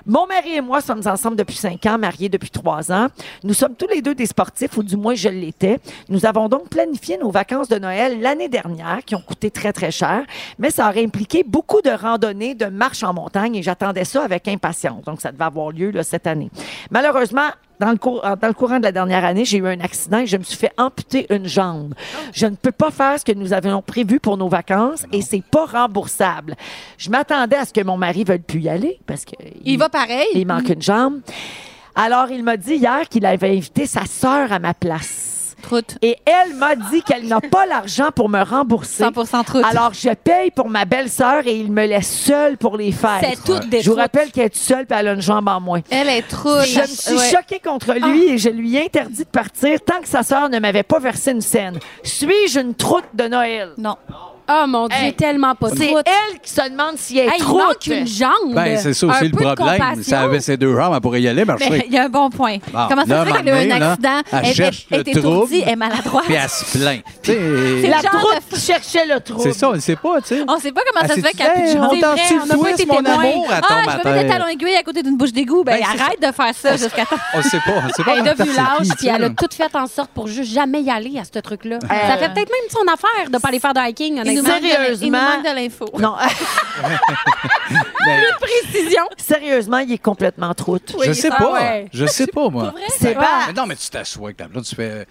Mon mari et moi sommes ensemble depuis cinq ans, mariés depuis trois ans. Nous sommes tous les deux des sportifs, ou du moins je l'étais. Nous avons donc planifié nos vacances de Noël l'année dernière, qui ont coûté très, très cher, hein, mais ça aurait impliqué beaucoup de randonnées, de marches en montagne, et j'attendais ça avec impatience. Donc, ça devait avoir lieu là, cette année. Malheureusement, dans le, cour- euh, dans le courant de la dernière année, j'ai eu un accident et je me suis fait amputer une jambe. Je ne peux pas faire ce que nous avions prévu pour nos vacances et c'est pas remboursable. Je m'attendais à ce que mon mari veuille plus y aller parce que
Il va pareil.
il manque une jambe. Alors il m'a dit hier qu'il avait invité sa sœur à ma place
Troute.
et elle m'a dit qu'elle n'a pas l'argent pour me rembourser.
100% troute.
Alors je paye pour ma belle-sœur et il me laisse seule pour les fêtes.
C'est toutes des
Je vous
troutes.
rappelle qu'elle est toute seule et elle a une jambe en moins.
Elle est troute.
Je me suis
Ouais. Ah.
choquée contre lui et je lui ai interdit de partir tant que sa sœur ne m'avait pas versé une scène. Suis-je une troute de Noël?
Non.
Ah, mon Dieu,
Hey,
tellement pas
C'est
toute.
elle qui se demande si elle est
Hey, il
trop
manque une jambe.
Ben, c'est ça
Un
aussi le
peu de
problème.
compassion.
Ça avait ses deux jambes, elle pourrait y aller marcher.
Il y a un bon point.
Bon,
Comment
là,
ça se fait
un
qu'elle a eu
moment
un
donné, là,
accident?
elle
Elle-
cherche
elle
le
est étourdie,
trouble.
elle est maladroite.
Puis elle se plaint. Tu sais,
La
genre
troupe qui cherchait le trou.
C'est ça, on ne sait pas, tu sais.
On sait pas comment
Ah,
ça se
c'est-
fait qu'elle a plus de
Hey,
jambes.
on
C'est
t'en
vrai,
suit
on a
toi,
pas été
c'est mon
témoins.
amour, attends,
Ah, je
matin.
vais mettre des talons aiguilles à côté d'une bouche d'égout. Ben,
Ben, c'est
arrête de faire ça jusqu'à temps.
On ne sait pas. On sait pas.
Elle est devenue lâche, puis elle a
tout.
tout fait en sorte pour juste jamais y aller à ce truc-là.
Euh.
Ça fait peut-être même son affaire de pas aller faire de hiking,
Il nous manque de-
honnêtement.
il nous
Sérieusement.
manque de l'info.
Non,
Précision.
sérieusement, il est complètement troute.
Je sais
Ah
pas.
ouais.
Je sais pas, moi.
C'est pas.
Mais non, mais tu t'assois avec ta blonde, tu fais.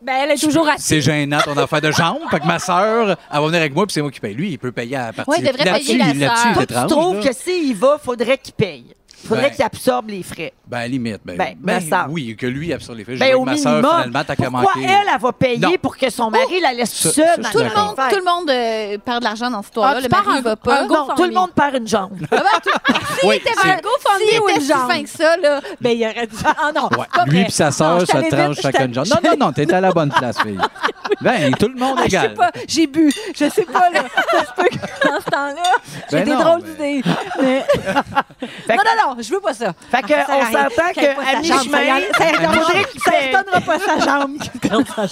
Ben, elle est toujours assise.
C'est gênant ton affaire de jambe. Fait que ma sœur, elle va venir avec moi, puis c'est moi qui paye. Lui, il peut payer à la partie.
Ouais, il devrait
là-dessus,
payer la
là-dessus,
sœur.
il est
Toi,
Tu
étrange,
trouves
là.
que s'il va, faudrait qu'il paye. Faudrait
Ben.
qu'il absorbe les frais.
Ben, à la limite. Ben,
Ben,
ben,
ma sœur.
oui, que lui, absorbe les faits.
Ben,
J'ai vu
au
que ma
minimum.
sœur, finalement, t'as qu'à
pourquoi
manquer.
elle, elle va payer
Non.
pour que son mari la laisse
Ça-
seule?
ça, je
dans
suis
Oh! Tout le
la
d'accord.
monde,
fête?
tout le monde euh, perd de l'argent dans cette histoire-là.
Ah, tu
le
pars
mari
un-
va pas. Ah, ben,
un gars-
Non, tout le monde perd une jambe.
Oui, c'est-
GoFundMe
S'il
ou
était
une
si
jambe.
fin que ça, là, ben, il aurait dit Ah non,
Ouais.
c'est pas
Lui
vrai.
et sa
Non,
sœur
je
se
t'allais
tranchent
vite,
chacun une jambe. Non, non, non, t'étais à la bonne place, fille. Ben, tout le monde
Ah, je sais
égal.
pas, j'ai bu. Je sais pas, là. Ça se peut que dans ce temps-là, j'ai
Ben
des
non,
drôles
mais-
d'idées. Mais...
Fait
non, non, non, je veux pas ça.
Fait que,
Ah, ça sert
on
à rien.
s'entend
Qu'elle ait pas
qu'à
sa jambe,
mi-chemin,
ça y est,
il faudrait qu'il
Ça
paye.
ne donnera pas sa jambe.
Elle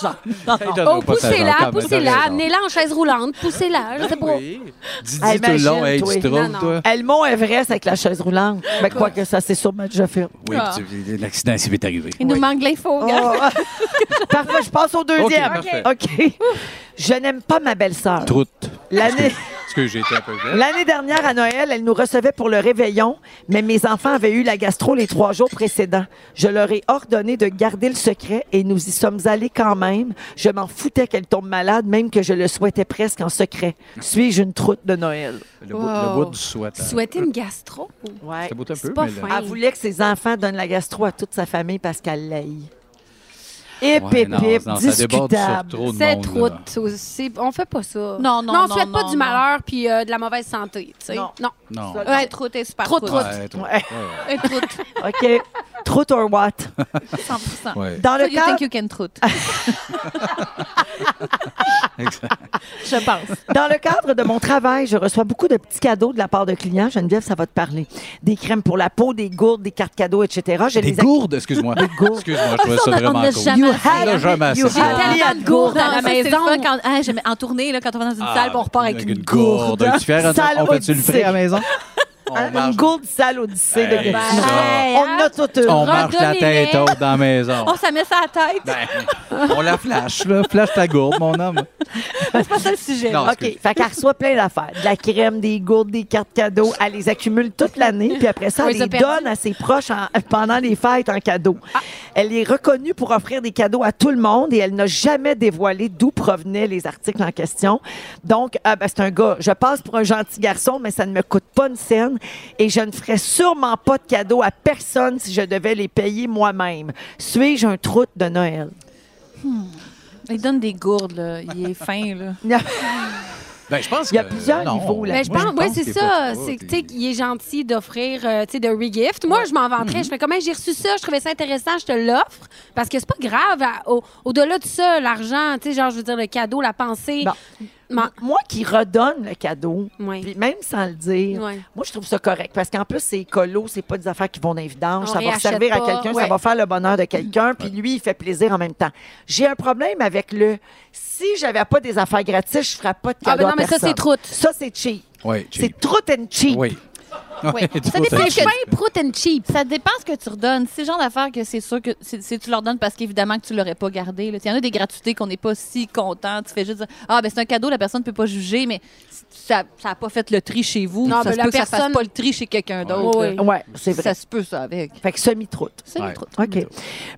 donnera
Oh,
pas sa jambe, quand
poussez-la,
même,
poussez-la,
t'as raison.
amenez-la en chaise roulante, poussez-la, je sais pas.
Oui. Didi
Hey,
tout le long,
imagine,
hey,
toi.
tu
Non,
trouves,
non.
toi?
Elle mont Everest avec la chaise roulante. Ben, quoi que ça, c'est sûrement déjà fait.
Oui, puis tu- l'accident s'y est arrivé.
Ah. Il nous manque de l'info. gars.
Oh. Parfait, je passe au deuxième.
Ok, parfait.
OK. Je n'aime pas ma belle-sœur.
Troute.
L'année.
Parce que j'ai été un peu belle.
L'année dernière, à Noël, elle nous recevait pour le réveillon, mais mes enfants avaient eu la gastro les trois jours précédents. Je leur ai ordonné de garder le secret et nous y sommes allés quand même. Je m'en foutais qu'elle tombe malade, même que je le souhaitais presque en secret. Suis-je une troute de Noël?
Le, bout, le
Wow.
bout du souhait. hein.
Souhaiter une gastro.
Ouais.
Ça bout un
C'est
peu,
pas
mais là-
fin.
Elle voulait que ses enfants donnent la gastro à toute sa famille parce qu'elle l'aïe. Hip,
Ouais,
hip,
non,
hip,
non, ça déborde sur
discutable.
trop de
C'est
monde,
trop.
là.
c'est- On fait pas ça.
Non, non,
Non, on
non,
souhaite pas
non,
du
non.
malheur puis euh, de la mauvaise santé, tu sais.
Non.
Non.
Non.
Ça,
Ouais, trop t'es super.
Trop
Ah, trop.
troute.
Ouais, trop.
Ouais.
Ouais,
Un troute.
OK. Troute or what?
100
ouais.
So
Dans le
you
cadre...
think you can troute.
Exact.
Je pense.
Dans le cadre de mon travail, je reçois beaucoup de petits cadeaux de la part de clients. Geneviève, ça va te parler. Des crèmes pour la peau, des gourdes, des cartes cadeaux, etc. Je
Des
les a-
gourdes, excuse-moi.
gourdes.
Excuse-moi, je trouvais
Ça, on
ça
a- on
vraiment
a
cool.
jamais
You
assez.
On a jamais assez
you
ça.
J'ai
had-
tellement de gourdes
Non,
à la
ça, c'est le fun
maison.
Quand, ah, j'aime- en tournée, là, quand on va dans une salle, puis on repart Ah, avec une
gourde.
gourde.
Tu fais un-
Sale
on fait-tu le prix à la maison? On
Une gourde sale odyssée de
Hey,
Gatineau.
Eh, ça.
On a tout eu.
On marche la tête
Redonnez-les.
haute dans la maison.
Oh, ça met ça à la tête.
Ben, on la flash, là. Flash ta gourde, mon homme.
C'est pas ça le sujet.
Non,
OK. Fait qu'elle reçoit plein d'affaires. De la crème, des gourdes, des cartes cadeaux. Elle les accumule toute l'année. Puis après ça,
On
elle
les a
les
perdues.
donne à ses proches en- pendant les fêtes en cadeau. Elle est reconnue pour offrir des cadeaux à tout le monde et elle n'a jamais dévoilé d'où provenaient les articles en question. Donc, ah ben, c'est un gars. Je passe pour un gentil garçon, mais ça ne me coûte pas une scène et je ne ferais sûrement pas de cadeaux à personne si je devais les payer moi-même. Suis-je un troute de Noël?
Il donne des gourdes, là. Il est fin, là.
Ben, je pense
Il y a
que-
plusieurs
non.
niveaux, là.
Mais Ben, je
Moi,
pense, oui, c'est
qu'il est pas
ça.
trop,
C'est
t'es-
tu sais, qu'il est gentil d'offrir, euh, tu sais, de regift. Moi, je m'en
Mm-hmm.
vanterais. Je fais comment j'ai reçu ça, je trouvais ça intéressant, je te l'offre. Parce que c'est pas grave. à- au- Au-delà de ça, l'argent, tu sais, genre, je veux dire, le cadeau, la pensée.
Bon.
Ma-
Moi qui redonne le cadeau,
Ouais.
puis même sans le dire,
Ouais.
moi je trouve ça correct parce qu'en plus c'est écolo, c'est pas des affaires qui vont dans les vidanges,
On
ça va
réachète
servir à
pas.
quelqu'un, ça
Ouais.
va faire le bonheur de quelqu'un, puis lui il fait plaisir en même temps. J'ai un problème avec le si j'avais pas des affaires gratuites, je ferais pas de
Ah,
cadeau
ben
à
non, mais ça,
personne.
c'est troute.
Ça c'est cheap.
Ouais, cheap.
C'est troute and cheap.
Oui.
Oui. Ça
trop
dépend
tard.
ce que-
Fin, prout and cheap.
Ça dépend ce que tu redonnes. C'est le genre d'affaires que c'est sûr que c'est- c'est- tu leur donnes parce qu'évidemment que tu l'aurais pas gardé. là. Il y en a des gratuités qu'on n'est pas si content. Tu fais juste dire Ah, ben c'est un cadeau, la personne ne peut pas juger, mais ça n'a pas fait le tri chez vous.
Non,
ça
ben,
se
la
peut que ça fasse
personne-
pas le tri chez quelqu'un d'autre.
Ouais,
là.
Ouais, c'est vrai.
euh, Ça se peut, ça, avec.
Fait que semi-troute.
C'est
Ouais.
trop
OK.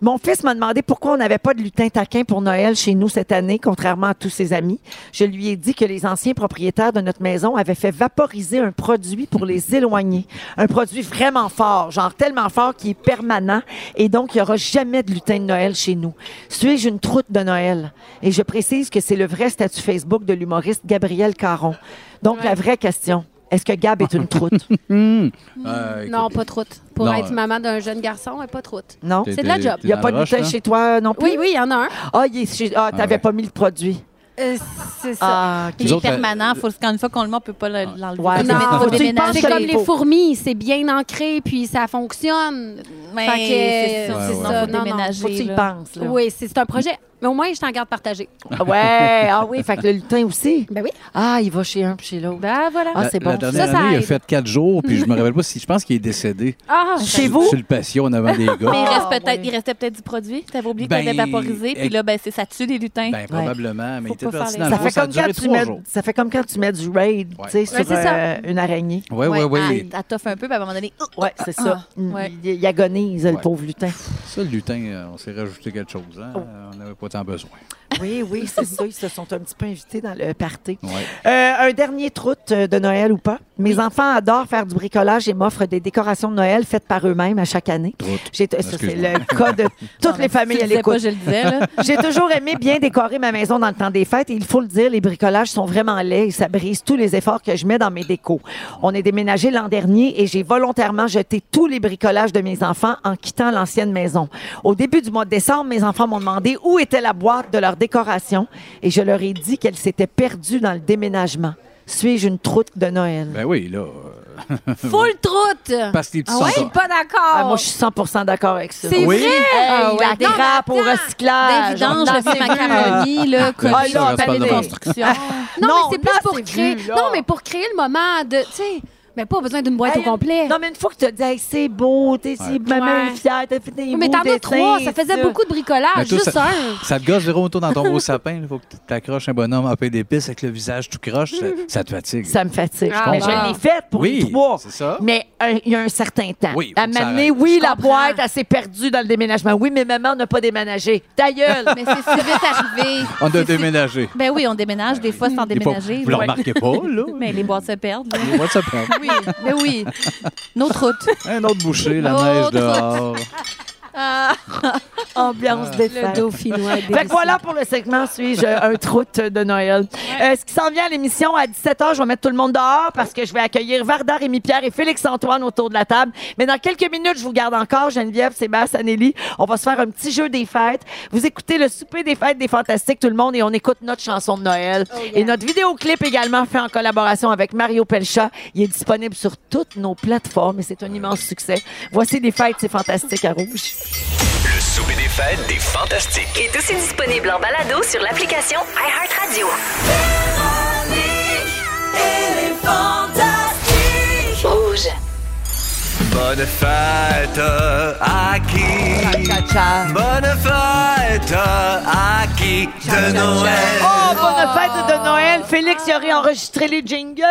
Mon fils m'a demandé pourquoi on n'avait pas de lutin taquin pour Noël chez nous cette année, contrairement à tous ses amis. Je lui ai dit que les anciens propriétaires de notre maison avaient fait vaporiser un produit pour les éloigner. Un produit vraiment fort, genre tellement fort qu'il est permanent et donc il n'y aura jamais de lutin de Noël chez nous. Suis-je une troute de Noël? Et je précise que c'est le vrai statut Facebook de l'humoriste Gabriel Caron. Donc la vraie question, est-ce que Gab est une troute? Hmm.
Euh,
Non,
écoute,
pas troute. Pour
Non,
être
euh,
maman d'un jeune garçon, elle est pas troute.
Non?
t'es-
c'est de la
t'es-
job.
t'es
Il n'y a
dans
pas
la
de
roche,
lutin
là?
chez toi non plus?
Oui, oui, il y en a un.
Ah, il est chez- ah, t'avais
ouais.
pas mis le produit.
Euh, c'est ça.
Ah,
Il
ok.
Nous
est
autres, euh,
permanent. Faut, quand une fois qu'on le met, on peut pas le- l'enlever.
Ouais,
Faut
mais
Non,
le
faut
mettre-
que tu y penses
c'est
que
comme
les
les
faux.
fourmis, c'est bien ancré, puis ça fonctionne.
Mais
Fait que,
c'est ça,
ouais,
sinon,
ouais.
faut
Non, non,
déménager.
Euh, Faut que tu y
là.
penses. là.
Oui, c'est c'est un projet. Mais au moins, je t'en garde partagé.
Ah Ouais, ah oui, fait que le lutin aussi.
Ben oui.
Ah, il va chez un puis chez l'autre.
Ben voilà.
Ah,
La-
c'est bon.
La dernière
Ça, ça
année, il a
aide.
fait quatre jours, puis je me rappelle pas si je pense qu'il est décédé.
Ah,
Chez
Sur-
vous?
Sur le patio en avant des
Mais
gars.
il, reste peut-être,
ouais.
il restait peut-être du produit. T'avais oublié
Ben,
qu'on avait vaporisé. Puis
ex-
là, ben, c'est ça tue les lutins.
Ben, probablement, mais il
Faut
était
pas
parti
faire
dans
les-
le
Ça
bois,
fait,
ça a
comme quand
duré
tu
trois
mets,
jours.
ça fait comme quand tu mets du raid
Ouais.
tu sais,
Ouais,
sur
c'est ça.
euh, une araignée.
Oui, oui, oui.
Elle toffe un peu, puis à un moment donné, oh, ah,
Oui, c'est ça. Mm.
ouais.
Il, il agonise, le
Ouais.
pauvre lutin.
Ça, le lutin, euh, on s'est rajouté quelque chose. hein. On n'avait pas tant besoin.
Oui, oui, c'est ça. Ils se sont un petit peu invités dans le party.
Ouais.
Euh, un dernier troute euh, de Noël ou pas. Mes enfants adorent faire du bricolage et m'offrent des décorations de Noël faites par eux-mêmes à chaque année.
Troute.
J'ai- ça, c'est
Excuse-moi.
le cas de toutes les familles
tu
à
le disais pas,
l'écoute.
je le disais. Là.
J'ai toujours aimé bien décorer ma maison dans le temps des fêtes et il faut le dire, les bricolages sont vraiment laids et ça brise tous les efforts que je mets dans mes décos. On est déménagé l'an dernier et j'ai volontairement jeté tous les bricolages de mes enfants en quittant l'ancienne maison. Au début du mois de décembre, mes enfants m'ont demandé où était la boîte de leur décoration et je leur ai dit qu'elle s'était perdue dans le déménagement. Suis-je une troute de Noël?
Ben oui, là. euh,
full troute!
Parce que les petits
Ah
sont
ouais, je suis
encore-
pas d'accord.
Ah, moi, je suis 100 d'accord avec ça.
C'est
Oui.
vrai!
Ah,
Hey,
il
non, mais
attrape
attends.
au recyclage.
Vidange,
On
le fait
danse les
macaroni, là,
Ouais,
Ah,
ça
là,
reste
t'as
pas
l'idée.
de même.
construction.
Ah. Non,
Non,
mais c'est
là,
plus pour
c'est
créer.
vu, là.
non, mais pour créer le moment de. Tu sais, mais pas besoin d'une boîte
Hey,
au complet.
Non, mais une fois que tu as dit, Hey, c'est beau, t'es si ma mère est
Ouais.
fière, t'as fait des
Oui, mais
beaux
t'en as
dessins,
trois, ça faisait beaucoup de
Mais
bricolage,
toi,
Ah, juste
ça,
un.
ça te gosse, Véro, autour dans ton gros sapin. Il faut que tu accroches un bonhomme en paix d'épices avec le visage tout croche. Ça, ça te fatigue.
Ça me fatigue.
Ah,
mais
bon.
Ben, je l'ai faite pour
Oui,
les trois.
c'est ça.
Mais un- il y a un certain temps.
Oui, faut
à
que ça
m'amener,
arrête.
oui,
Je
la
comprends.
boîte, elle s'est perdue dans le déménagement. Oui, mais maman n'a pas déménagé. Ta gueule!
Mais c'est si vite arrivé.
On
C'est
a
si-
déménagé.
Ben oui, on déménage des fois sans
Des fois,
déménager.
Vous le
Ouais.
remarquez pas, là?
Mais les boîtes se perdent. là.
Les boîtes se prennent.
Oui, mais oui. Notre route.
Un autre boucher, la
Autre.
neige dehors.
Ambiance des fêtes.
dauphinois.
Fait que voilà pour le segment Suis-je un troute de Noël. Euh, ce qui s'en vient à l'émission à 17h, je vais mettre tout le monde dehors parce que je vais accueillir Varda, Rémi Pierre et Félix Antoine autour de la table. Mais dans quelques minutes, je vous garde encore Geneviève, Sébastien, Anneli. On va se faire un petit jeu des fêtes. Vous écoutez le souper des fêtes des fantastiques tout le monde et on écoute notre chanson de Noël et notre vidéoclip également fait en collaboration avec Mario Pelcha. Il est disponible sur toutes nos plateformes et c'est un immense succès. Voici les fêtes, c'est fantastique à rouge.
Le souper des fêtes des fantastiques.
est aussi disponible en balado sur l'application iHeartRadio. Rouge.
Bonne fête euh, à qui?
Cha, cha.
Bonne fête à qui de Noël?
Oh, bonne fête de Noël! Félix, il aurait enregistré les jingles!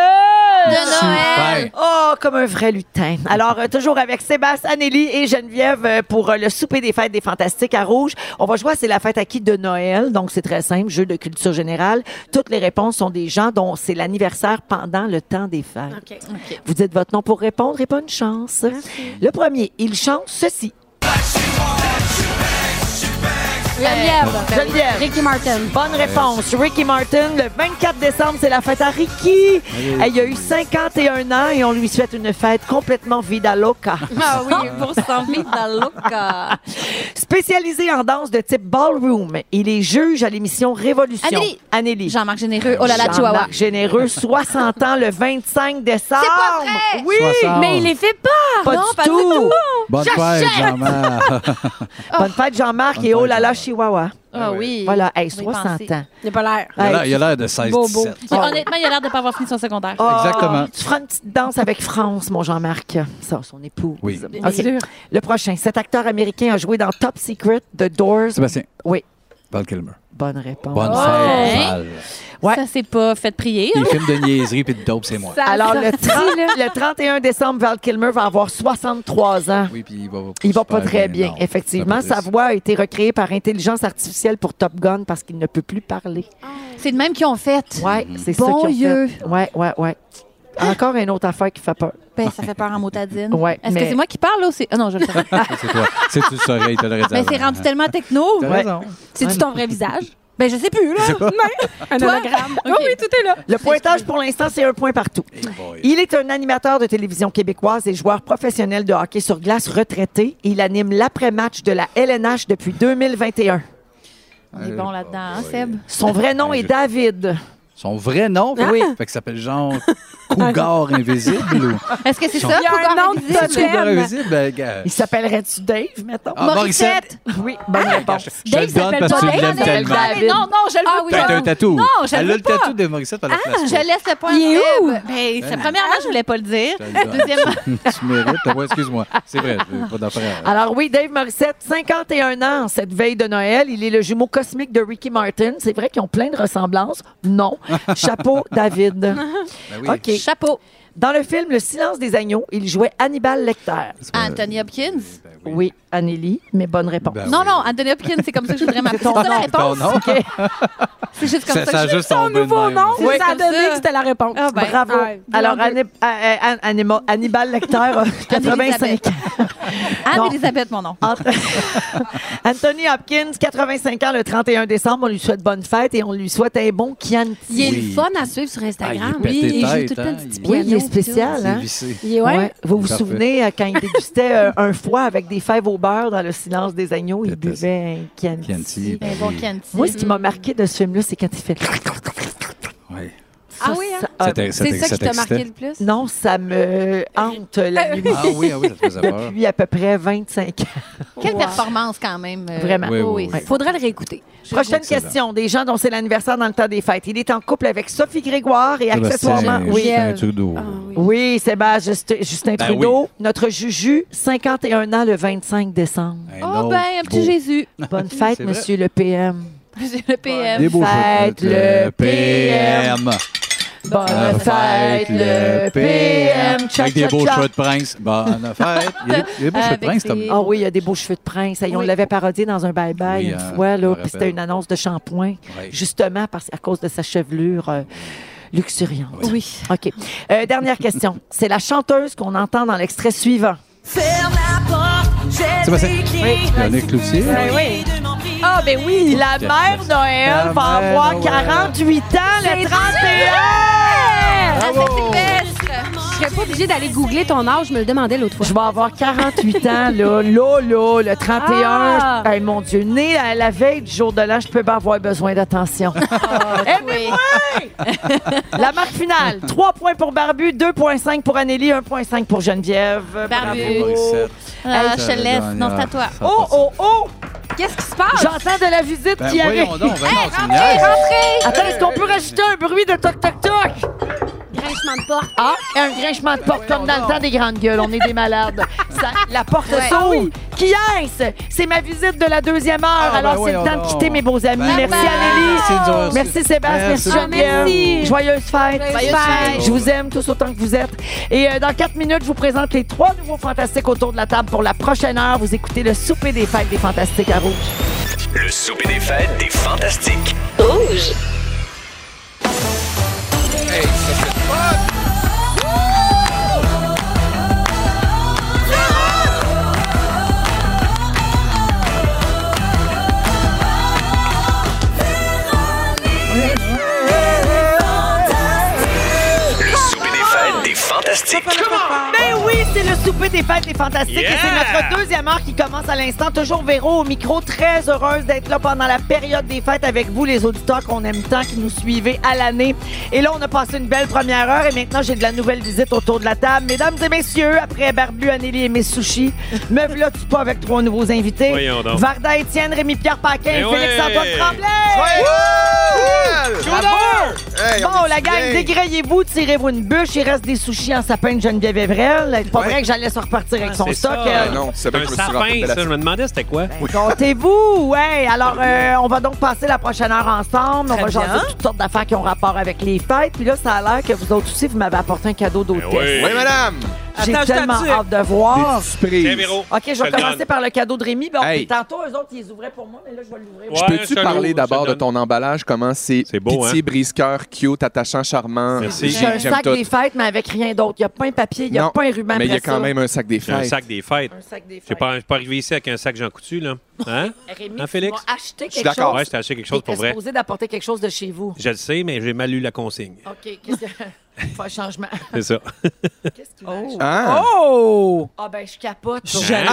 Super.
Oh, comme un vrai lutin. Alors, euh, toujours avec Sébastien, Anélie et Geneviève euh, pour euh, le souper des fêtes des Fantastiques à Rouge. On va jouer à C'est la fête à qui de Noël. Donc, c'est très simple, jeu de culture générale. Toutes les réponses sont des gens dont c'est l'anniversaire pendant le temps des fêtes. Vous dites votre nom pour répondre et bonne chance. Le premier, il chante ceci.
Geneviève.
Euh, Geneviève.
Ricky Martin.
Bonne réponse. Ricky Martin, le 24 décembre, c'est la fête à Ricky. Il a eu 51 ans et on lui souhaite une fête complètement vida loca.
Ah oui, pour s'en vivre dans l'oca.
Spécialisé en danse de type ballroom, il est juge à l'émission Révolution.
Anneli.
Anneli.
Jean-Marc Généreux, oh là là, Chihuahua.
Jean-Marc Généreux, 60 ans le 25 décembre.
pas vrai!
Oui,
60.
Mais il les fait pas!
pas,
Non,
du
pas du
tout.
tout.
Bonne fête, Jean-Marc.
Bonne fête Jean-Marc
Bonne
et oh
fête,
là là
Jean-Marc.
Chihuahua.
Ah oui.
Voilà, hey,
On va y
60
penser.
ans.
Il a pas l'air.
Il a l'air-
Hey,
Ah, Il a l'air de 16
Bobo.
17
Mais honnêtement, il a l'air de pas avoir fini son secondaire.
Oh,
Exactement.
Tu feras une petite danse avec France, mon Jean-Marc. Ça, son époux.
Oui.
Bien sûr.
Le prochain. Cet acteur américain a joué dans Top Secret, The Doors.
Sébastien.
Oui.
Val Kilmer.
Bonne réponse.
Bonne fête,
Hey.
Val.
Ouais.
Ça, c'est pas fait prier.
Les films de niaiserie puis de dope, c'est moi.
Alors, le, 30 le 31 décembre, Val Kilmer va avoir 63 ans.
Oui, puis il va pas
Il va pas
super
très bien,
non.
effectivement.
Ça va
Sa
pas
voix a été recréée par intelligence artificielle pour Top Gun parce qu'il ne peut plus parler.
C'est de même qu'ils ont fait.
Ouais,
Mm-hmm.
c'est
Bon
ça qu'il a
Dieu.
fait. Ouais, ouais, ouais. Encore une autre affaire qui fait peur.
Ben, ça fait peur en motadine.
Ouais,
Est-ce
mais-
que c'est moi qui parle, là? ou c'est- Ah non, je le savais.
triste. C'est toi. C'est tu le saurais, il te l'aurait dit.
Mais c'est
avant.
rendu tellement techno.
T'as
Ouais.
raison.
C'est-tu ton vrai visage? Ben, je sais plus, là. Mais, un hologramme.
Ah
Ok.
Oui, oui, tout est là.
Le pointage, pour l'instant, c'est un point partout.
Hey boy.
Il est un animateur de télévision québécoise et joueur professionnel de hockey sur glace retraité. Il anime l'après-match de la LNH depuis 2021.
Il est bon là-dedans, hein,
Ouais.
Seb?
Son vrai nom est David.
Son vrai nom?
Oui.
Fait que ça s'appelle genre Cougar Invisible. ou-
Est-ce que c'est
Son-
ça,
Il y
a un
Cougar
nom de
Invisible?
totem.
Cougar Invisible, ben, gars.
Il s'appellerait-tu Dave, mettons?
Ah, Morissette. Ah, ben,
Oui, bonne réponse.
Je te
Ben,
le donne parce que tu l'aimes
Dave s'appelle
tellement.
David.
Non, non, je le veux
Ah oui,
pas.
T'as t'as un tatou.
ben, Non, je
Elle
le
a
veux
le
pas. Ah,
tatou de Morissette par la place.
Je laisse le point à
Il est
Seb.
où?
Ben, c'est- premièrement, je voulais pas le dire.
Deuxièmement. tu mérites. Ah ouais, excuse-moi. C'est vrai, j'ai pas d'affaire.
Alors oui, Dave Morissette, 51 ans cette veille de Noël. Il est le jumeau cosmique de Ricky Martin. C'est vrai qu'ils ont plein de ressemblances. Non. Chapeau, David.
Ben oui.
OK.
Chapeau.
Dans le film Le silence des agneaux, il jouait Hannibal Lecter.
C'est pas-
Anthony Hopkins?
Ben
Oui, Anneli, mais bonne réponse.
Ben
Non,
oui.
non, Anthony Hopkins, c'est comme ça que je voudrais m'appeler. C'est ça la
Ton
réponse?
nom?
C'est juste comme
Ça,
ça.
ça a juste son nouveau nom.
Oui, comme ça.
la réponse.
Ah, ben,
Bravo.
ouais,
Alors,
blonde.
Anni- euh, euh, Anima- Hannibal Lecter, a 85 ans. Non.
Anne-Elisabeth, mon nom.
Ant- Anthony Hopkins, 85 ans, le 31 décembre. On lui souhaite bonne fête et on lui souhaite un bon Chianti.
Il est
Oui.
le fun à suivre sur Instagram.
Ah, il est pété
il joue
tête,
tout le temps du
hein.
petit
Il-
Oui,
piano.
il est spécial,
C'est
hein?
vissé.
Il est- ouais.
Ouais. Vous vous
Parfait.
souvenez euh, quand il dégustait euh, un foie avec des fèves au beurre dans le silence des agneaux, il
Déteste.
buvait un Chianti.
Chianti, ben
Un bon
oui.
Candy.
Moi, ce qui m'a marqué de ce film-là, c'est quand il fait.
Ouais.
Ah oui, hein?
Ça, ah,
C'était-
C'est
c'était-
ça qui t'a
c'était
marqué
excitant.
le plus?
non, ça me hante la nuit
Ah oui, ah oui, ça te faisait peur.
depuis à peu près 25 ans.
Quelle performance, quand même. euh,
Vraiment.
Oui,
oui,
oui,
oui.
oui.
Faudrait le réécouter.
Prochaine
Excellent.
question. Des gens dont c'est l'anniversaire dans le temps des fêtes. Il est en couple avec Sophie Grégoire et accessoirement,
Sébastien-
oui. euh,
Justin Trudeau.
Ah, oui.
Oui, Sébastien Justin, Justin
Ben
Trudeau, notre Juju, 51 ans le 25 décembre.
Un
Oh,
autre
ben, un
beau.
petit Jésus.
Bonne fête,
C'est vrai.
Monsieur le PM.
Jésus, le PM.
Des beaux
Fête
jours.
le PM. Bonne fête, le PM. Cha,
Avec des
cha,
beaux
cha.
cheveux de prince. Bonne fête. Il y a des- il y a des beaux cheveux de
Avec
prince, Tom.
des-
Ah oui, il y a des beaux cheveux de prince. Hey, On
Oui.
l'avait parodié dans un bye-bye
Oui,
une
hein,
fois,
je
là,
me
puis c'était
rappelle.
une annonce de shampoing,
Ouais.
justement parce, à cause de sa chevelure euh, luxuriante.
Oui.
OK. Euh, dernière question. C'est la chanteuse qu'on entend dans l'extrait suivant.
Ferme la porte, j'ai
Sébastien.
Oui.
Yannick Cloutier.
oui. Ah, ben oui, la mère Noël
La
va
mère
avoir
Noël.
48 ans le 31!
Ah, ça, c'est belle.
Je serais pas obligée d'aller googler ton âge, je me le demandais l'autre fois.
Je vais avoir 48 ans, là, là, là, le 31.
Ah!
Ben, mon Dieu, né à la veille du jour de l'an, je peux pas avoir besoin d'attention. Eh,
Oui.
la marque finale, 3 points pour Barbu, 2,5 pour Anneli, 1,5 pour Geneviève.
Barbu.
Bravo, Morissette.
Ah, je
Ça
te
va
laisse.
gagner.
Non, c'est à toi.
Ça
Oh,
passe.
oh, oh!
Qu'est-ce qui se passe?
J'entends de la visite
Ben
qui arrive.
voyons donc, vraiment, c'est une niaise.
Attends, est-ce qu'on peut rajouter un bruit de toc-toc-toc?
Grinchement de porte.
Ah, un grinchement de porte, comme dans le temps des grandes gueules. On est des malades. Ça- la porte s'ouvre. Qui est-ce? C'est ma visite de la deuxième
Ah,
heure.
ben
Alors, c'est le
voyons
temps de
donc.
quitter, mes beaux amis.
Ben
merci,
oui.
Anélie.
Merci de nous avoir
Merci, Sébastien. Merci,
Merci.
Geneviève.
Ah, merci.
Joyeuses fêtes.
Joyeuses fêtes.
Je vous aime tous autant que vous êtes. Et euh, dans quatre minutes, je vous présente les trois nouveaux fantastiques autour de la table pour la prochaine heure. Vous écoutez le souper des fêtes des fantastiques à rouge.
Le souper des fêtes des fantastiques. Le souper des fêtes des fantastiques.
Ben oui, c'est le souper des fêtes des fantastiques et c'est notre deuxième heure qui commence à l'instant. Toujours Véro au micro, très heureuse d'être là pendant la période des fêtes avec vous, les auditeurs qu'on aime tant, qui nous suivez à l'année. Et là, on a passé une belle première heure et maintenant, j'ai de la nouvelle visite autour de la table. Mesdames et messieurs, après Barbu, Anneli et mes sushis, me voilà tu pas avec trois nouveaux invités.
Voyons donc.
Varda Étienne, Rémi-Pierre Paquin et,
Ben ouais.
Félix-Antoine Tremblay. Bravo! Bon, la gang, dégrayez-vous, tirez-vous une bûche. Il reste des sushis en sapin de Geneviève Evrel. C'est pas vrai que j'allais se repartir
Ah,
avec son
C'est
stock.
ça.
elle.
Ben non,
c'est
C'est
bien
un
que je me suis rappelé
sapin, ça.
là-dessus.
Je me demandais c'était quoi.
Comptez-vous, ouais. Alors, euh, on va donc passer la prochaine heure ensemble. on va
Très bien.
jaser toutes sortes d'affaires qui ont rapport avec les fêtes. Puis là, ça a l'air que vous autres aussi, vous m'avez apporté un cadeau d'hôtesse.
Ben Oui.
Oui, madame!
J'ai
Attends, je
tellement
t'attire.
hâte de voir.
Tiens,
Surprise!
Véro.
OK, je vais
te le
commencer
donne.
par le cadeau de Rémi. Bon,
Hey.
Tantôt, eux autres, ils les ouvraient pour moi, mais là, je vais l'ouvrir.
Ouais,
Peux-tu
je te
parler
l'ouvre,
d'abord
je
de
te
ton emballage? Comment c'est
C'est beau,
pitié,
hein?
brise-cœur, cute, attachant, charmant.
Merci.
J'ai un sac des fêtes, mais avec rien d'autre. Il n'y a pas un papier, il n'y a
Non,
pas un ruban
Mais il y a
après ça.
quand même un sac des
J'ai un
fêtes.
sac des fêtes.
Un sac des
Je suis
fêtes.
pas, je suis pas arrivé ici avec un sac Jean Coutu, là. Hein?
Rémi,
Hein,
tu
Félix?
m'as acheté quelque
suis d'accord.
chose.
Ouais, je t'ai acheté quelque chose pour
T'étais
vrai.
supposé d'apporter quelque chose de chez vous.
Je le sais, mais j'ai mal lu la consigne.
OK, qu'est-ce que... Faut un changement.
C'est ça.
Ah. Qu'est-ce qu'il m'a acheté?
Ah!
Oh!
Ah ben, je capote.
Jeune.
Il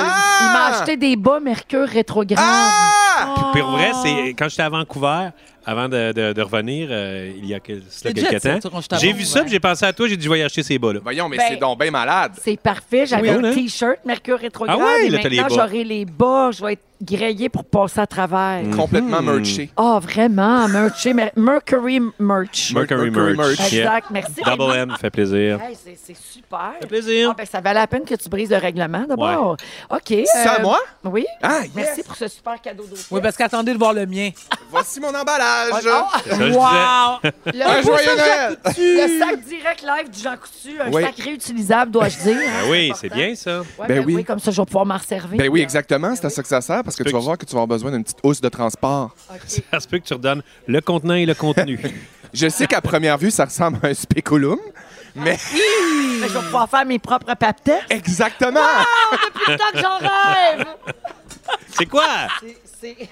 m'a acheté des bas Mercure rétrograde.
Ah!
Puis pour vrai, c'est quand j'étais à Vancouver, avant de, de- de revenir, euh, il y a quel- cela
C'est
quelques
jet, ça,
temps,
tu sais, quand j'étais à
j'ai vu ça,
Vancouver.
puis j'ai pensé à toi, j'ai dit, je vais y acheter ces bas-là.
Voyons, mais
Ben-
c'est donc bien malade.
C'est parfait. J'avais
Oui,
un
hein?
T-shirt Mercure rétrograde.
Ah ouais,
et
là, t'as les
maintenant,
bas.
j'aurai les bas. Je vais être grillé pour passer à travers.
Mhm.
Complètement merché.
Ah, vraiment, merché. mer- Mercury merch.
Mercury,
Mercury
Merch.
Merch.
Yeah.
Exact, merci.
Double M, fait plaisir.
Hey, c'est c'est super.
Fait plaisir.
Ah, ben, ça valait la peine que tu brises le règlement d'abord. OK. euh,
C'est à moi?
Oui.
Ah, yes.
Merci pour ce super cadeau d'hôtel.
Oui, parce qu'attendez de voir le mien.
Voici mon emballage.
Ça, je
Wow!
oh. Le,
Un
beau sac
joyeux
Jean
Noël.
Coutu, le sac direct live du Jean Coutu, un
Oui.
sac réutilisable, dois-je dire.
disais. Ben oui, c'est bien ça.
Ouais,
Ben
ben, oui.
oui.
comme ça, je vais pouvoir m'en servir.
Ben oui, exactement, c'est à ça que ça sert, parce que tu vas voir que tu vas avoir besoin d'une petite housse de transport.
Ça se peut que tu redonnes le contenant et le contenu.
Je sais qu'à première vue, ça ressemble à un spéculum.
Ben, je vais pouvoir faire mes propres papetettes.
Exactement!
Plus tard que j'en rêve!
c'est quoi?
C'est- C'est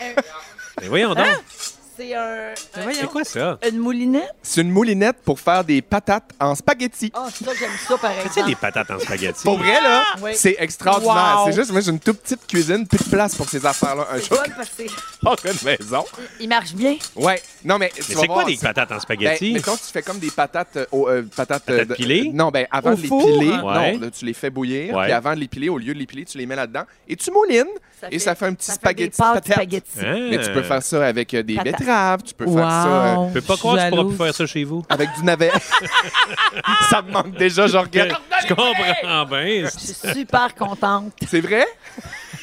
Mais Ben voyons donc. Ben
c'est un,
C'est quoi ça?
Hein? une moulinette.
C'est une moulinette pour faire des patates en spaghetti.
Ah, ça, j'aime ça, par
C'est
exemple.
des patates en spaghetti.
Pour vrai, là,
Ah! Oui.
c'est extraordinaire.
Wow.
C'est juste, moi, j'ai une toute petite cuisine, plus de place pour ces affaires-là. Un
C'est
jour,
fun parce que c'est-
je vais une maison.
il marche bien.
Ouais. Non, mais tu
Mais
vas
c'est quoi
voir,
des patates en
Ben,
spaghetti?
mettons, tu fais comme des patates, euh, au- euh, patates, euh,
Patates
de-
pilées?
euh, non, ben avant
Au
de les
four?
piler,
Ouais.
non, là, tu les fais bouillir,
Ouais.
puis avant de les piler, au lieu de les piler, tu les mets là-dedans et tu moulines et ça fait un petit
ça fait des
spaghetti.
pâtes
patate.
spaghetti.
Hein?
Mais tu peux faire ça avec euh, des
Patate.
betteraves, tu peux
Wow!
faire ça euh,
Je peux pas
Je
croire que tu
suis
pourras plus
jalouse.
faire ça chez vous.
avec du navet. ça me manque déjà, je regarde.
Je comprends bien.
Je suis super contente.
C'est vrai?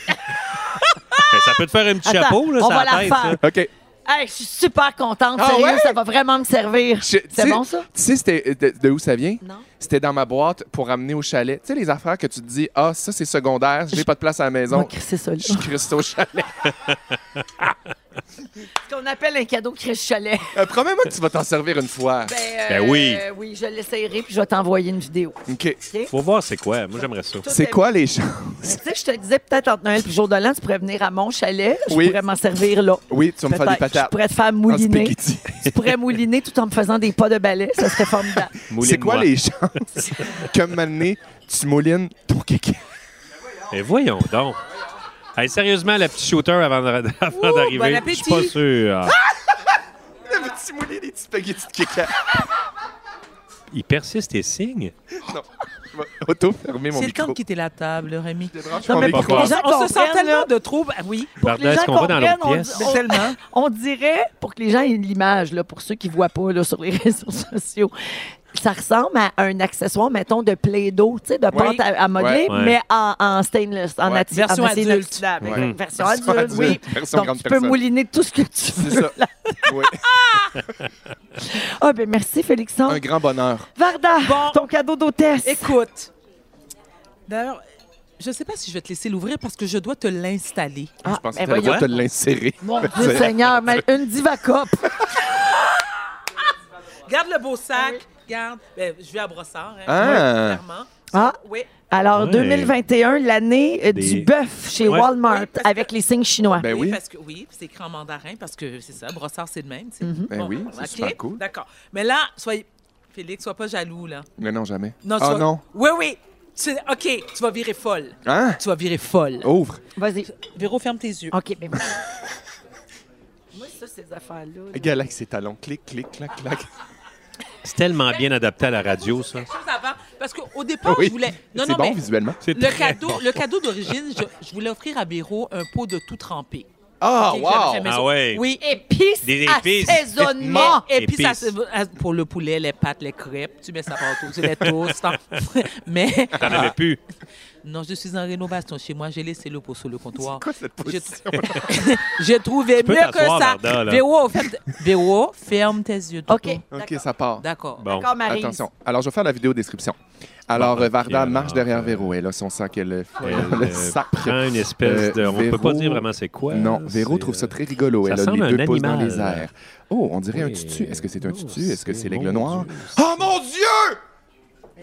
Mais ça peut te faire un petit
Attends,
chapeau, là,
on
ça
va
la
la
tête.
faire.
ça.
OK.
Hey, je suis super contente.
Ah
Sérieux,
ouais?
ça va vraiment me servir.
Je- tu
C'est
sais-
bon, ça?
Tu sais c'était euh, de, de où ça vient?
Non.
C'était dans ma boîte pour ramener au chalet. Tu sais, les affaires que tu te dis, ah, ça, c'est secondaire, j'ai pas de place à la
On va
maison.
crisser ça, là.
Je crisse ça au chalet.
Ce qu'on appelle un cadeau crèche chalet.
Euh, Promets-moi que tu vas t'en servir une fois.
Ben,
Ben oui.
Oui, je l'essayerai puis je vais t'envoyer une vidéo.
OK.
Faut voir c'est quoi. Moi, j'aimerais ça.
Tout
C'est
est-
quoi les gens?
Tu sais, je te disais peut-être entre Noël et jour de l'an, tu pourrais venir à mon chalet. Je
Oui.
pourrais m'en servir là.
Oui, tu vas me faire des
Peut-être.
patates.
Je pourrais te faire
en
mouliner.
spaghetti.
Tu pourrais mouliner tout en me faisant des pas de balai. Ça serait formidable.
Mouline-moi.
C'est quoi les chances que maintenant tu moulines ton kéké?
Mais voyons donc. Hey, sérieusement, la petite shooter avant de- avant
Ouh,
d'arriver,
bon
je suis pas
appétit. Ah!
sûr. Ah,
tu moulines des petits spaghettis de kéké?
Il persiste tes signes.
Auto-fermer mon
C'est le temps
micro.
de quitter la table, Rémi.
Non,
mais
mais
pour
les gens
On se sent
comprennent,
tellement
là.
de troubles. Ah Oui,
Varda, est-ce
gens
qu'on va dans l'autre
comprennent,
pièce?
on-
mais tellement.
On dirait, pour que les gens aient l'image, là, pour ceux qui ne voient pas là, sur les réseaux sociaux, ça ressemble à un accessoire, mettons, de play-doh, tu sais, de pâte à, à modeler,
Ouais.
mais en, en stainless, en
Ouais.
atti-
Version
en acier
adulte.
inoxydable.
Ouais.
Exact. Version
Version
adulte, oui.
adulte. Version
Donc,
grande
tu peux
personne.
mouliner tout ce que tu
C'est
veux.
ça. Oui.
Ah, ben merci, Félixon.
Un grand bonheur.
Varda,
Bon.
ton cadeau d'hôtesse.
Écoute. D'ailleurs, je ne sais pas si je vais te laisser l'ouvrir parce que je dois te l'installer.
Ah,
Je pense que
ben
tu le droit
voyons.
de l'insérer.
Mon Dieu Seigneur, mais une divacope.
Garde le beau sac. Garde. Ben, je vais à Brossard. Hein.
Ah.
Ouais, clairement.
Ah,
Oui.
alors
Ouais.
2021, l'année euh,
Des-
du bœuf chez
Ouais.
Walmart
Oui, parce que-
avec les signes chinois.
Ben oui.
Parce que, oui, c'est écrit en mandarin parce que c'est ça. Brossard, c'est le même. tu sais.
Ben
Bon,
oui, c'est
ok,
super cool.
D'accord. Mais là, soyez. Félix, sois pas jaloux, là.
Mais non, jamais.
Non, tu
oh
vas-
non.
Oui, oui. Tu- OK, tu vas virer folle.
Hein?
Tu vas virer folle.
Ouvre.
Vas-y.
Véro, ferme tes yeux.
OK, ben voilà. Moi, ça, ces affaires-là. là.
Galaxie ses talons. Clic, clic, clac, clac.
C'est tellement bien adapté à la radio, ça.
Quelque chose avant, Parce qu'au départ,
Oui.
Ah, je voulais. Non,
C'est
non,
bon
mais
visuellement.
C'est
le
très
cadeau,
bon.
le cadeau d'origine, je, je voulais offrir à Véro un pot de tout trempé.
Ah,
Ok, que j'avais fait
wow!
maison.
Ah ouais.
Oui.
Épices,
Des épices.
assaisonnement.
Et puis, ça,
Épices.
se- Ah, pour le poulet, les pâtes, les crêpes, tu mets ça partout, tu les toasts. hein. Mais Ah.
T'en avais plus.
non, je suis en rénovation chez moi, j'ai laissé le pot sur le comptoir.
Quoi, cette
Je-
position?
J'ai trouvé
peux
mieux que
t'asseoir,
ça.
Varda, là.
Véro, ferme, Véro, ferme tes yeux. Toto.
OK,
OK, ça part.
D'accord.
Bon.
d'accord, Marie.
Attention. Alors, je vais faire la vidéo description. Alors,
Bon,
euh, Varda
ok,
marche
alors,
derrière
euh,
Véro. Elle a son sac, elle
Elle,
le
euh,
sac.
prend une espèce de.
Euh,
on peut pas
Véro-
dire vraiment c'est quoi.
Non, Véro
c'est,
trouve ça
euh,
très rigolo.
ça
Elle a
ressemble à un
les deux pouces dans
animal.
les airs. Oh, on dirait un
oui.
tutu. Est-ce que c'est un
Non,
tutu? Est-ce que c'est l'aigle
mon
noir?
Dieu.
Oh mon Dieu!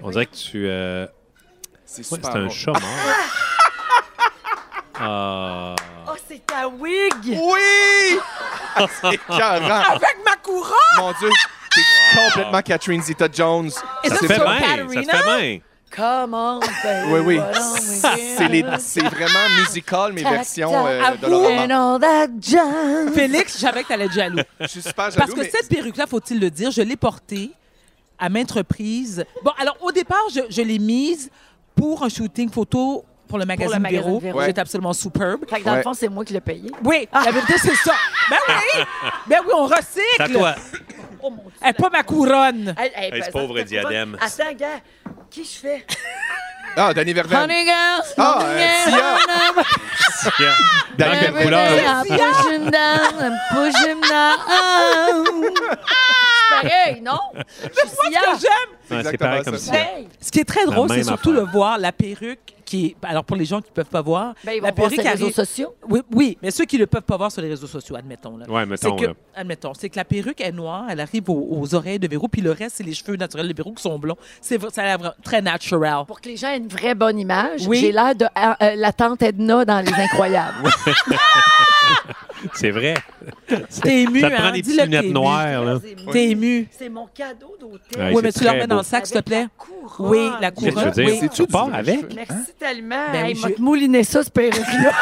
On dirait que tu. euh,
C'est
ouais,
super
c'est un hein.
bon.
chat mort. Ah.
Oh, c'est ta wig.
Oui! Ah, c'est écœurant.
Avec ma couronne!
Mon Dieu, t'es complètement Catherine Zeta-Jones.
Et ça,
Ça te
c'est
fait
pas
bien. Ça te
Katarina?
fait bien.
Comment
Oui, oui. C'est les- c'est vraiment musical, mes versions euh, de
Ah
Laurent.
Félix, je savais que t'allais être jaloux.
Je suis super jaloux,
Parce que
mais-
cette perruque-là, faut-il le dire, je l'ai portée à maintes reprises. Bon, alors au départ, je, je l'ai mise pour un shooting photo pour le magazine
magazine
Véro.
Véro.
J'étais absolument superbe.
Fait que dans le fond, c'est moi qui l'ai payé.
Oui, la vérité, c'est ça. Ben oui!
Ah
Ben oui, on recycle!
C'est à toi.
Oh mon Dieu.
Eh, pas ma couronne!
Hey, hey,
Hey, ce
ça,
pauvre
c'est
diadème.
pas- Attends, gars, qui je fais?
Ah, Danny Verven. Ah, euh, Sia.
Tiens.
Dans
Dans
quelle
quelle
couleur?
couleur?
Pareil, non? Je suis
Ce que
Sia.
j'aime,
Ouais, C'est
exactement
pareil
ça.
comme ça.
Hey!
Ce qui est très
La
drôle, c'est
même
surtout
affaire.
le voir, la perruque qui est. ben, Alors, pour les gens qui ne peuvent pas voir,
Ben, ils
la
vont voir
perruque
sur les réseaux
arrive-
sociaux.
Oui, oui, mais ceux qui ne le peuvent pas voir sur les réseaux sociaux, admettons. Là.
Ouais, mettons,
C'est que,
là.
admettons, c'est que la perruque est noire, elle arrive aux, aux oreilles de Véro, puis le reste, c'est les cheveux naturels de Véro qui sont blonds. C'est vrai- ça a l'air vra- très natural.
Pour que les gens aient une vraie bonne image,
Oui.
j'ai l'air de ah, euh, la tante Edna dans Les Incroyables.
C'est vrai.
T'es ému,
Ça te
hein?
prend des petites
Dis-le que t'es
lunettes
ému.
noires, là.
C'est
T'es
mon-
ému.
C'est mon cadeau d'hôtel.
Ouais,
oui,
c'est
mais tu le
très
remets
beau.
dans le sac, s'il te
Avec la
plaît.
couronne.
Oui, la
Je veux
couronne.
dire,
oui.
si tu pars
du-
avec, hein?
Merci tellement.
Ben
hey,
oui,
m'a
je-
te mouliné ça, ce perruque-là.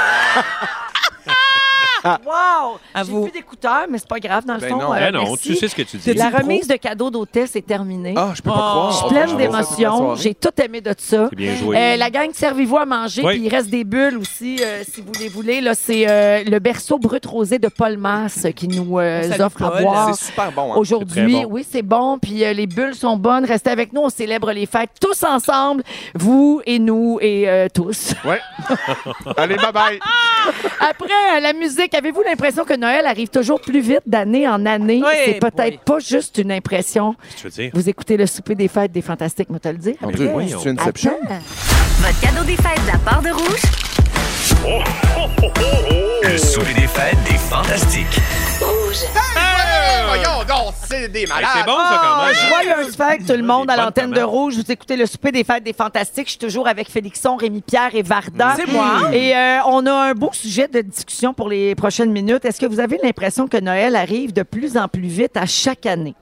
wow!
Ah! À
J'ai
vous.
plus d'écouteurs, mais c'est pas grave, dans le
Ben
fond.
non.
euh,
Ben non,
merci.
tu sais ce que tu dis.
C'est de
La
Du pro.
remise de cadeaux d'hôtel, c'est terminé.
Ah, je peux pas
Oh.
croire.
Je suis
Oh,
pleine
je vais voir ça toute la
d'émotions.
soirée.
J'ai tout aimé de ça.
C'est bien joué.
Euh, la gang, servez-vous à manger.
Oui.
Puis il reste des bulles aussi, euh, si vous les voulez. Là, c'est euh, le berceau brut rosé de Paul Mass qui nous euh,
Ah,
On salue
offre à
Paul.
boire.
C'est super bon. hein.
C'est
Aujourd'hui,
très bon.
oui, c'est bon. Puis euh, les bulles sont bonnes. Restez avec nous. On célèbre les fêtes tous ensemble, vous et nous et euh, tous.
Ouais. Allez, bye bye.
Après euh, la musique, avez-vous l'impression que Noël arrive toujours plus vite d'année en année?
Oui,
c'est peut-être
oui.
pas juste une impression.
Qu'est-ce que tu veux dire? Ah,
Vous écoutez le souper des fêtes des fantastiques, me te le dire.
Mon
Mais
Dieu,
voyons.
c'est une inception.
Attends.
Votre cadeau des fêtes de la part de rouge,
Le souper des fêtes des fantastiques.
Euh, Voyons donc, c'est des
Hey, C'est
malades.
bon, ça, quand
Ah,
même. hein?
Joyeuse fête, tout le monde, à
Des bonnes
l'antenne de
tomates.
Rouge. Vous écoutez le souper des fêtes des Fantastiques. Je suis toujours avec Félixon, Rémi-Pierre et Varda.
C'est moi.
Et euh, on a un beau sujet de discussion pour les prochaines minutes. Est-ce que vous avez l'impression que Noël arrive de plus en plus vite à chaque année?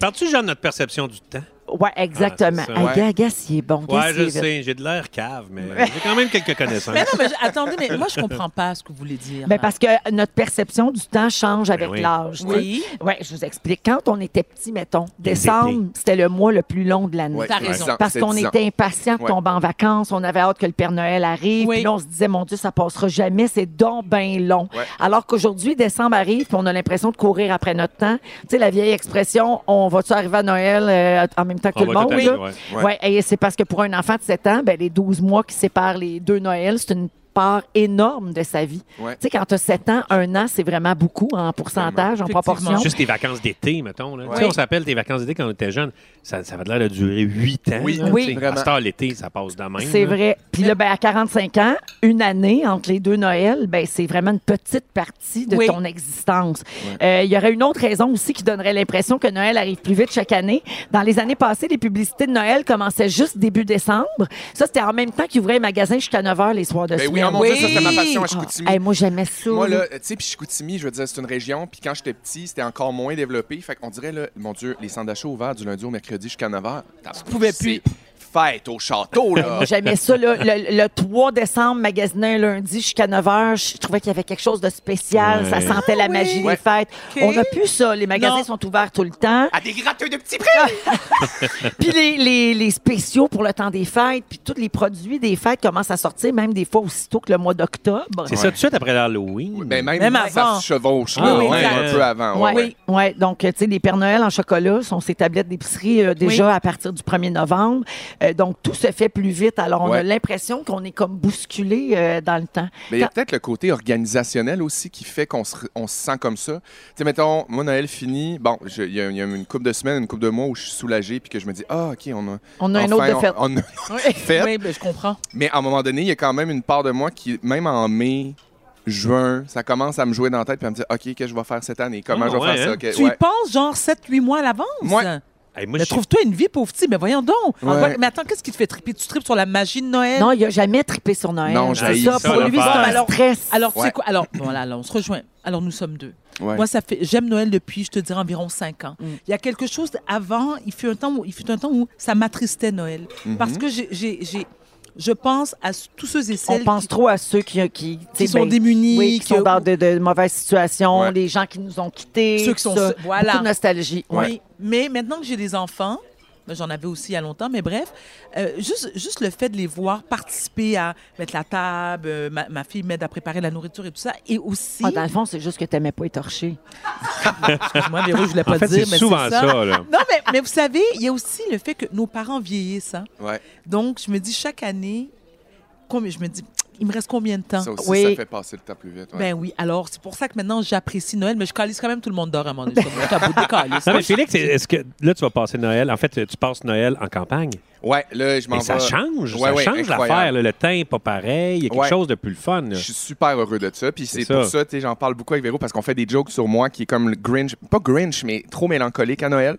Parles-tu, genre, de notre perception du temps?
Ouais, exactement.
Ah, c'est
Ah,
ça,
ouais.
gars, gars, s'il est bon. gars,
Ouais,
s'il
je
est vite.
sais, j'ai de l'air cave, mais j'ai quand même quelques connaissances.
Mais non, mais je- attendez, mais moi, je comprends pas ce que vous voulez dire.
Ben, parce que notre perception du temps change avec
Ben oui.
l'âge. tu sais.
Oui.
Ouais, je vous explique. Quand on était petit, mettons,
Les
décembre, c'était le mois le plus long de l'année.
Ouais,
T'as
c'est
raison.
dix ans,
Parce
c'est
qu'on
dix ans.
était impatient de
Ouais.
tomber en vacances, on avait hâte que le Père Noël arrive,
Oui.
puis là on se disait mon Dieu, ça passera jamais, c'est donc bien long.
Ouais.
Alors qu'aujourd'hui décembre arrive, puis on a l'impression de courir après notre temps. Tu sais la vieille expression on va tu arriver à Noël euh, en même temps que
On
tout le
va
monde
tout
là?
arriver,
ouais.
Ouais, et c'est parce que pour un enfant de 7 ans, ben, les 12 mois qui séparent les deux Noëls, c'est une part énorme de sa vie.
Ouais.
Tu sais, quand tu as 7 ans, un an, c'est vraiment beaucoup en pourcentage, en
Effectivement.
proportion.
Juste tes vacances d'été, mettons. Là.
Ouais.
Tu sais, on s'appelle tes vacances d'été quand on était jeune. Ça, ça avait l'air de durer huit ans.
Oui,
là,
Oui.
tu sais.
vraiment.
À cette heure, l'été, ça passe de même.
C'est
là.
vrai. Puis là, ben, à 45 ans, une année entre les deux Noëls, ben, c'est vraiment une petite partie de
Oui.
ton existence. Euh, Il y aurait une autre raison aussi qui donnerait l'impression que Noël arrive plus vite chaque année. Dans les années passées, les publicités de Noël commençaient juste début décembre. Ça, c'était en même temps qu'ils ouvraient les magasins jusqu'à 9 h les soirs de
Ben
semaine.
oui, oh mon
Oui.
Dieu, ça, c'était ma passion à
Ah,
Chicoutimi.
hey, moi, j'aimais ça.
Moi,
là.
là, tu sais, puis Chicoutimi, je veux dire, c'est une région, puis quand j'étais petit, c'était encore moins développé. Fait qu'on dirait, là, mon Dieu, les centres d'achat ouverts du lundi au mercredi jusqu'à 9 h. Tu
pouvais plus.
Fête au château, là.
Moi, J'aimais ça. là. le, le 3 décembre, magasiner un lundi jusqu'à 9 h, je trouvais qu'il y avait quelque chose de spécial.
Ouais. Ah
Ça sentait la magie
Ouais.
des fêtes.
OK.
On n'a plus ça. Les magasins
Non.
sont ouverts tout le temps. Ah,
à des gratteux de petits prix. hein?
Puis les, les, les spéciaux pour le temps des fêtes, puis tous les produits des fêtes commencent à sortir, même des fois aussitôt que le mois d'octobre.
C'est ça tout de suite après l'Halloween.
Ben, même,
Même avant.
ça se chevauche,
Ah
là,
oui,
ouais,
exact.
un peu avant.
Ouais,
Ouais, ouais.
ouais. Donc, euh, tu sais, les Pères Noël en chocolat sont ces tablettes d'épicerie euh, déjà à partir du 1er novembre. Euh, donc, tout se fait plus vite. Alors, on
Ouais.
a l'impression qu'on est comme bousculé euh, dans le temps.
Mais il y a
Quand-
peut-être le côté organisationnel aussi qui fait qu'on se, on se sent comme ça. Tu sais, mettons, moi, Noël fini, bon, je- il y, a il y a une couple de semaines, une couple de mois où je suis soulagé puis que je me dis, ah, OK, on a.
On a un
enfin,
autre de
on-
fête.
on a- Fête.
Oui, ben, je comprends.
Mais à un moment donné, il y a quand même une part de moi qui, même en mai, juin, ça commence à me jouer dans la tête puis à me dire, OK, qu'est-ce que je vais faire cette année? Comment
Ah,
je vais
ouais,
faire ça?
hein?
OK,
Tu y
ouais.
penses genre 7-8 mois à l'avance?
Ouais.
Hey, moi,
Mais
j'ai-
trouve-toi une vie, pauvre petit. Mais voyons donc. Ah,
Ouais.
Mais attends, qu'est-ce qui te fait triper? Tu tripes sur la magie de Noël?
Non, il n'a jamais trippé sur Noël.
Non,
C'est
j'haïs
ça.
ça,
Pour lui, c'est
l'affaire.
un stress.
Alors, tu
Ouais.
sais quoi? Alors, voilà, là, on se rejoint. Alors, nous sommes deux.
Ouais.
Moi, ça fait j'aime Noël depuis, je te dirais, environ cinq ans. Il y a quelque chose avant, il fut un temps où, il fut un temps où ça m'attristait Noël.
Mhm.
Parce que j'ai- j'ai- j'ai- je pense à s- tous ceux et
On
celles
pense
qui-
trop à ceux qui, qui, tu sais,
sont démunis,
ben, oui, qui
que-
sont dans de, de mauvaises situations, les gens qui nous ont quittés.
Ceux qui sont
ça.
se- voilà.
Beaucoup de nostalgie.
Oui.
Ouais.
Mais maintenant que j'ai des enfants, ben, j'en avais aussi il y a longtemps, mais bref, euh, juste, juste le fait de les voir participer à mettre la table, euh, ma, ma fille m'aide à préparer la nourriture et tout ça, et aussi...
Ah, dans le fond, c'est juste que tu n'aimais pas étorcher.
Excuse-moi, Véro, je voulais pas
En fait,
dire,
c'est
mais
souvent
c'est ça.
ça, là.
Non, mais, mais vous savez, il y a aussi le fait que nos parents vieillissent. hein. Donc, je me dis chaque année, combien, je me dis, il me reste combien de temps?
Ça aussi, ça fait passer le temps plus vite. ouais.
Ben oui, alors c'est pour ça que maintenant j'apprécie Noël, mais je calisse quand même tout le monde dort à mon moment donné. Je suis à bout de
Ah,
Ah,
calice.
Non, Ah, mais Félix, est-ce que là, tu vas passer Noël? En fait, tu passes Noël en campagne.
Ouais, là, je m'en
Mais ça
vais.
change,
Ouais,
ça
ouais,
change
incroyable.
l'affaire. là. Le teint est pas pareil. Il y a quelque
Ouais.
chose de plus le fun. là.
Je suis super heureux de ça. Puis c'est
C'est
pour
ça.
ça, tu sais, j'en parle beaucoup avec Véro parce qu'on fait des jokes sur moi qui est comme le Grinch, pas Grinch, mais trop mélancolique à Noël.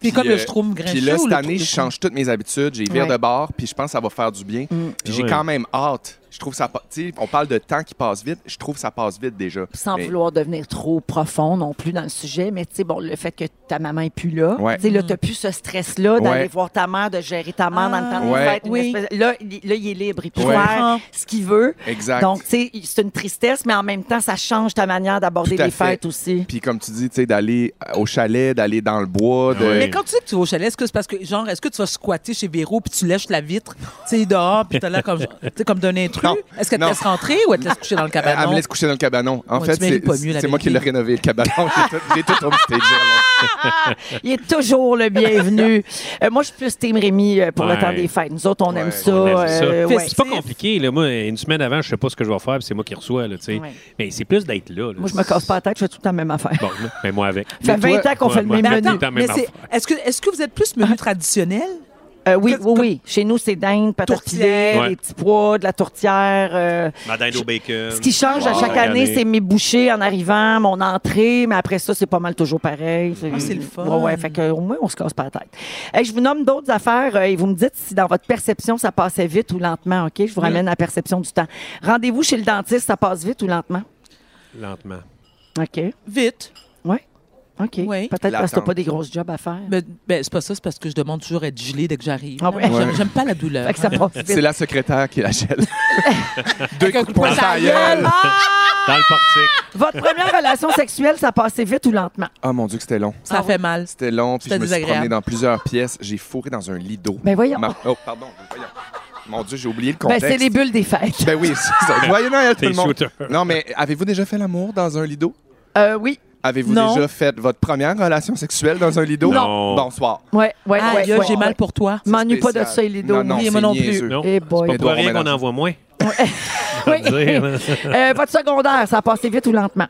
Puis comme le Schtroumpf
Puis
grincheux
là,
ou
cette
le
année, je change toutes mes habitudes. J'ai viré
Ouais. Mm.
de bord, puis je pense que ça va faire du bien. Puis j'ai
Ouais.
quand même hâte. Je trouve ça. pa- Tu sais, on parle de temps qui passe vite. Je trouve que ça passe vite déjà.
Sans
Mais-
vouloir devenir trop profond non plus dans le sujet, mais tu sais, bon, le fait que ta maman est plus là,
Ouais.
tu sais, là,
Mm.
t'as plus ce stress-là d'aller
Ouais.
voir ta mère, de gérer ta mère dans le temps des
Ouais.
fêtes, une
Oui.
espèce- Là, il- là, il est libre, il peut
Ouais.
faire ce qu'il veut.
Exact.
Donc, tu sais, c'est une tristesse, mais en même temps, ça change ta manière d'aborder
Tout à
les
fait.
fêtes aussi.
Puis comme tu dis, tu sais, d'aller euh, au chalet, d'aller dans le bois. De...
Mais quand tu sais que tu vas au chalet, est-ce que c'est parce que, genre, est-ce que tu vas squatter chez Véro puis tu lèches la vitre, tu sais, dehors, puis t'as l'air comme, tu sais, comme d'un intrus? Est-ce qu'elle te
Non.
laisse rentrer ou elle te laisse coucher dans le
Euh, Elle
cabanon?
me laisse coucher dans le cabanon. En
Ouais,
fait,
tu mérites
c'est
pas mieux, la
c'est moi qui l'ai
vérité.
rénové, le cabanon. J'ai tout- J'ai tout homestagé avant.
Il est toujours le bienvenu. Euh, moi, je suis plus Team Rémi euh, pour le
Ouais.
temps des fêtes. Nous autres, on aime ça.
On aime ça.
euh,
Fait,
ouais.
C'est pas compliqué. Là. Moi, une semaine avant, je sais pas ce que je vais faire, puis c'est moi qui reçois. Là, tu sais.
Ouais.
Mais c'est plus d'être là. là.
Moi, je me casse pas la tête, je fais tout le temps la même affaire.
Bon, mais- mais moi avec.
Ça fait
Mais
20 ans qu'on
Ouais,
fait le
moi,
même
tout
menu.
temps,
Mais
même
c'est-
affaire.
est-ce que, est-ce que vous êtes plus menu traditionnel?
Ah. Euh, oui, oui, oui. Chez nous, c'est dinde, pâte à filet,
Ouais.
des petits pois, de la tourtière. euh,
Madeleine au bacon.
ce qui change à
Wow.
chaque année, c'est mes bouchées en arrivant, mon entrée, mais après ça, c'est pas mal toujours pareil.
Ah, c'est le fun.
Ouais, ouais, fait que, au moins, on se casse pas la tête. Hey, je vous nomme d'autres affaires euh, et vous me dites si dans votre perception, ça passait vite ou lentement, OK? Je vous ramène à la perception du temps. Rendez-vous chez le dentiste, ça passe vite ou lentement?
Lentement.
OK.
Vite.
Oui. OK. Peut-être parce que t'as
L'attente.
pas des grosses jobs à faire.
Ben, ben, c'est pas ça, c'est parce que je demande toujours à être gelée dès que j'arrive.
Ah ouais?
J'aime-
Ouais.
J'aime pas la douleur.
Fait que ça passe vite.
C'est la secrétaire qui la gèle. Deux coups de poing
poing
dans la
dans la
gueule.
gueule.
Ah!
Dans le portique.
Votre première relation sexuelle, ça passait vite ou lentement?
Ah mon Dieu, que c'était long.
Ça fait mal.
C'était long, puis
C'était
je me suis
désagréable.
promené dans plusieurs pièces. J'ai fourré dans un lit d'eau.
Ben voyons.
Ma- Oh, pardon. voyons. Mon Dieu, j'ai oublié le
Ben,
contexte.
c'est les bulles des fêtes.
Ben oui, c'est ça. Joyeux Noël, tout
T'es
le monde.
shooter.
Non, mais avez-vous déjà fait l'amour dans un lit d'eau?
Euh, oui.
Avez-vous
Non.
déjà fait votre première relation sexuelle dans un lit d'eau?
Non.
Bonsoir.
Ouais, ouais,
Aïe,
ouais,
aïe,
ouais,
j'ai mal
ouais.
pour toi.
M'ennuie pas de
spécial.
ça, il est dos.
Non, non,
Oui,
c'est
moi non plus.
niaiseux.
Non.
Eh boy.
C'est pas pour
Édouard
rien qu'on
Mélenchon.
en voit moins.
Oui.
dire, là.
Euh, votre secondaire, ça a passé vite ou lentement?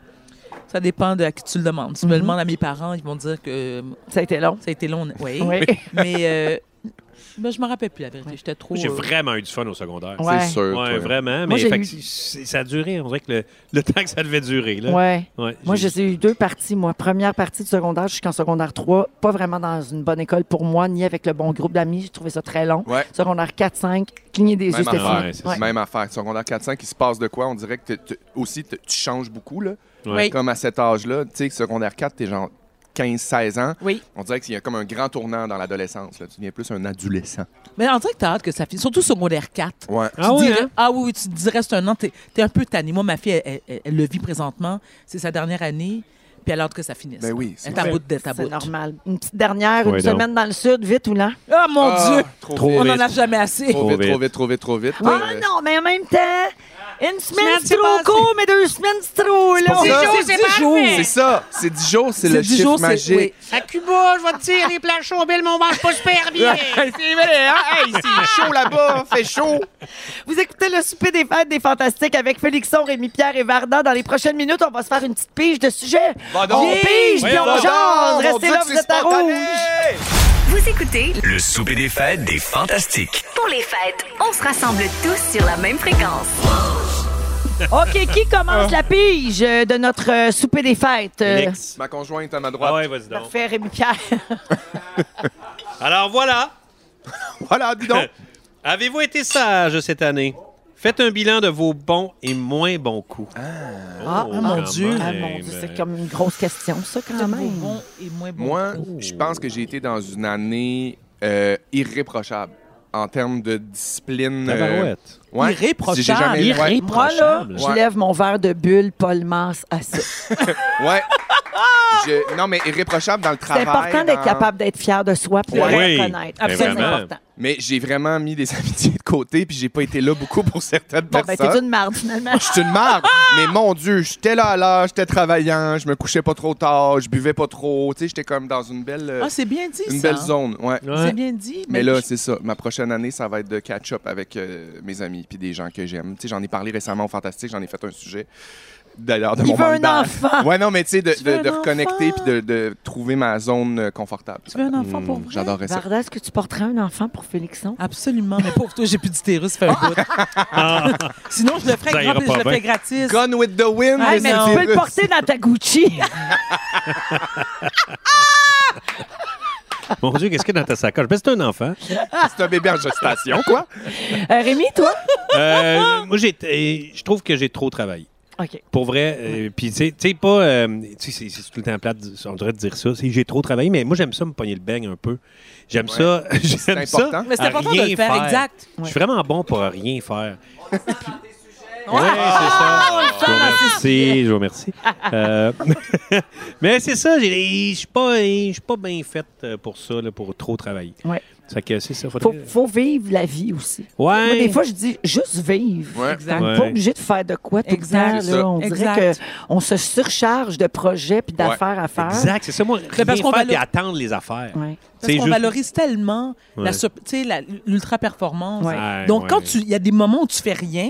Ça dépend de à qui tu le demandes. Si tu me le demandes à mes parents, ils vont dire que euh,
Mhm. Ça a été long.
ça a été long. Oui.
Oui.
Mais euh, ben, je me rappelle plus la vérité. J'étais trop.
J'ai
euh,
vraiment eu du fun au secondaire.
Ouais.
C'est sûr.
Ouais,
toi.
vraiment.
Moi,
Mais
j'ai
fait
eu-
que c'est- c'est- ça a duré. On dirait que le, le temps que ça devait durer. Là.
Ouais.
Ouais,
Moi,
j'ai-
j'ai eu deux parties. Moi, première partie de secondaire jusqu'en secondaire 3, pas vraiment dans une bonne école pour moi, ni avec le bon groupe d'amis. J'ai trouvé ça très long.
Ouais.
Secondaire 4, 5, cligner des yeux,
Même
c'était
affaire.
fini.
c'est
Ouais.
Même affaire. Secondaire 4-5, il se passe de quoi? On dirait que t'es- t'es- aussi, t'es- tu changes beaucoup. Là.
Ouais.
Comme à cet âge-là, tu sais, secondaire 4, t'es genre 15-16 ans.
Oui.
On dirait qu'il y a comme un grand tournant dans l'adolescence. là. Tu deviens plus un adolescent.
Mais on dirait que t'as hâte que ça finisse. Surtout secondaire 4.
Ouais.
Tu
Ah oui,
dirais-
hein?
ah oui, oui, tu te dirais, c'est un an, t'es es un peu tanné. Moi, ma fille, elle, elle- elle- elle le vit présentement. C'est sa dernière année, puis elle a hâte que ça finisse.
Ben oui, c'est
Elle taboute de
C'est
taboute.
normal. Une petite dernière, une
Ouais, donc.
semaine dans le sud, vite ou lent?
Ah, mon
Ah,
Dieu!
Trop,
Trop
vite.
On
vite.
n'en a jamais assez.
Trop vite,
vite.
trop vite, trop vite, trop vite.
Ah
Euh,
non, mais en même temps, une semaine,
Semaine,
c'est
c'est
trop
passé.
court, mais deux semaines, c'est trop
pour
long.
ça.
jours,
C'est
c'est
dix
parfait.
jours. C'est ça. C'est 10 jours, c'est le
C'est dix
chiffre
jours, c'est-
magique.
oui.
À Cuba, je vais te dire, les plages sont belles, mais on mange pas super bien.
Ah, c'est chaud là-bas, fait chaud.
Vous écoutez le souper des fêtes des fantastiques avec Félixon, Rémi Pierre et Varda. Dans les prochaines minutes, on va se faire une petite pige de sujets.
Va donc.
on pige, puis
Voyons
on
donc,
jase.
on
Restez
dit
là,
que
vous
c'est
êtes à
spontané.
rouge.
Vous écoutez
Le souper des fêtes des fantastiques.
pour les fêtes, on se rassemble tous sur la même fréquence.
OK, qui commence
Ah.
la pige euh, de notre euh, souper des fêtes? Euh,
Félix.
Ma conjointe à ma droite.
Ah ouais, vas-y donc.
Parfait, Rémi Pierre.
Alors voilà.
Voilà, dis donc.
Avez-vous été sage cette année? Faites un bilan de vos bons et moins bons coups.
Ah,
Oh,
mon
quand
Dieu.
même.
Ah, mon Dieu, c'est comme une grosse question, ça, quand même.
Moi, je pense que j'ai été dans une année euh, irréprochable en termes de discipline. euh,
Tabarouette.
ouais.
Irréprochable.
J'ai jamais- ouais.
Moi, là, je
Ouais.
lève mon verre de bulle, Paul Masse, à ça.
Ouais. Je- Non, mais irréprochable dans le
C'est
travail.
important d'être
dans-
capable d'être fier de soi pour
Ouais.
le reconnaître. Absolument.
Mais,
important.
j'ai vraiment mis des amitiés de côté, puis j'ai pas été là beaucoup pour certaines
Bon, ben,
personnes.
t'es une marde, finalement.
Je suis une marde, mais mon Dieu, j'étais là à l'heure, j'étais travaillant, je me couchais pas trop tard, je buvais pas trop, tu sais, j'étais comme dans une belle euh,
Ah, c'est bien dit,
une
ça.
belle zone, ouais.
C'est bien dit,
Mais,
mais
là,
je-
c'est ça, ma prochaine année, ça va être de catch up avec euh, mes amis puis des gens que j'aime. Tu sais, j'en ai parlé récemment au Fantastique, j'en ai fait un sujet. D'ailleurs, de
Il
mon
veut
manque
un
d'air.
enfant.
ben, Ouais, non, mais tu sais, de,
Tu
de-
veux un
de reconnecter
enfant.
puis de, de trouver ma zone euh, confortable.
Tu veux un enfant pour vrai?
J'adorais Hmm, ça.
Varda, est-ce que tu porterais un enfant pour Félixon?
Absolument, mais pauvre toi, j'ai plus d'utérus, ça fait un bout. Sinon, je le ferais
Ah. Ça
grand,
ira
puis je
pas
le
bien.
ferais gratis.
Gone with the wind,
Ouais,
les
mais
utérus.
tu peux le porter
dans ta Gucci.
Mon Dieu, qu'est-ce qu'il y a dans ta sacoche? Ben, c'est un enfant.
C'est un bébé en gestation, quoi.
Rémi, toi?
Euh, moi, j'ai- euh, je trouve que j'ai trop travaillé.
OK.
Pour vrai, euh, puis tu sais- tu sais pas, euh, tu sais, c'est c'est tout le temps plate, on devrait te dire ça, c'est j'ai trop travaillé, mais moi j'aime ça me pogner le beigne un peu. J'aime ça, j'aime
important.
ça.
Mais c'est
à
important de
rien
le faire, exact.
Je suis vraiment bon pour rien faire.
Ouais,
Je vous remercie, je vous remercie. Euh, mais c'est ça, j'ai- je suis pas, je suis pas bien faite euh, pour ça, là, pour trop travailler.
Ouais.
Ça fait que c'est ça, faudrait-
Faut, faut vivre la vie aussi.
Ouais.
Moi, des fois, je dis juste vivre.
Ouais.
On n'est
Ouais.
pas obligé de faire de quoi tout
Exact.
le
C'est
temps. là.
ça.
On dirait
Exact.
qu'on se surcharge de projets puis d'affaires à faire.
Exact, c'est ça, moi, rien
parce qu'on
faire
valo-
et attendre les affaires.
Parce
C'est
qu'on
juste-
valorise tellement la
Ouais.
sup- tu sais, la- l'ultra-performance.
Ouais. Ouais,
Donc,
ouais.
quand tu- il y a des moments où tu fais rien,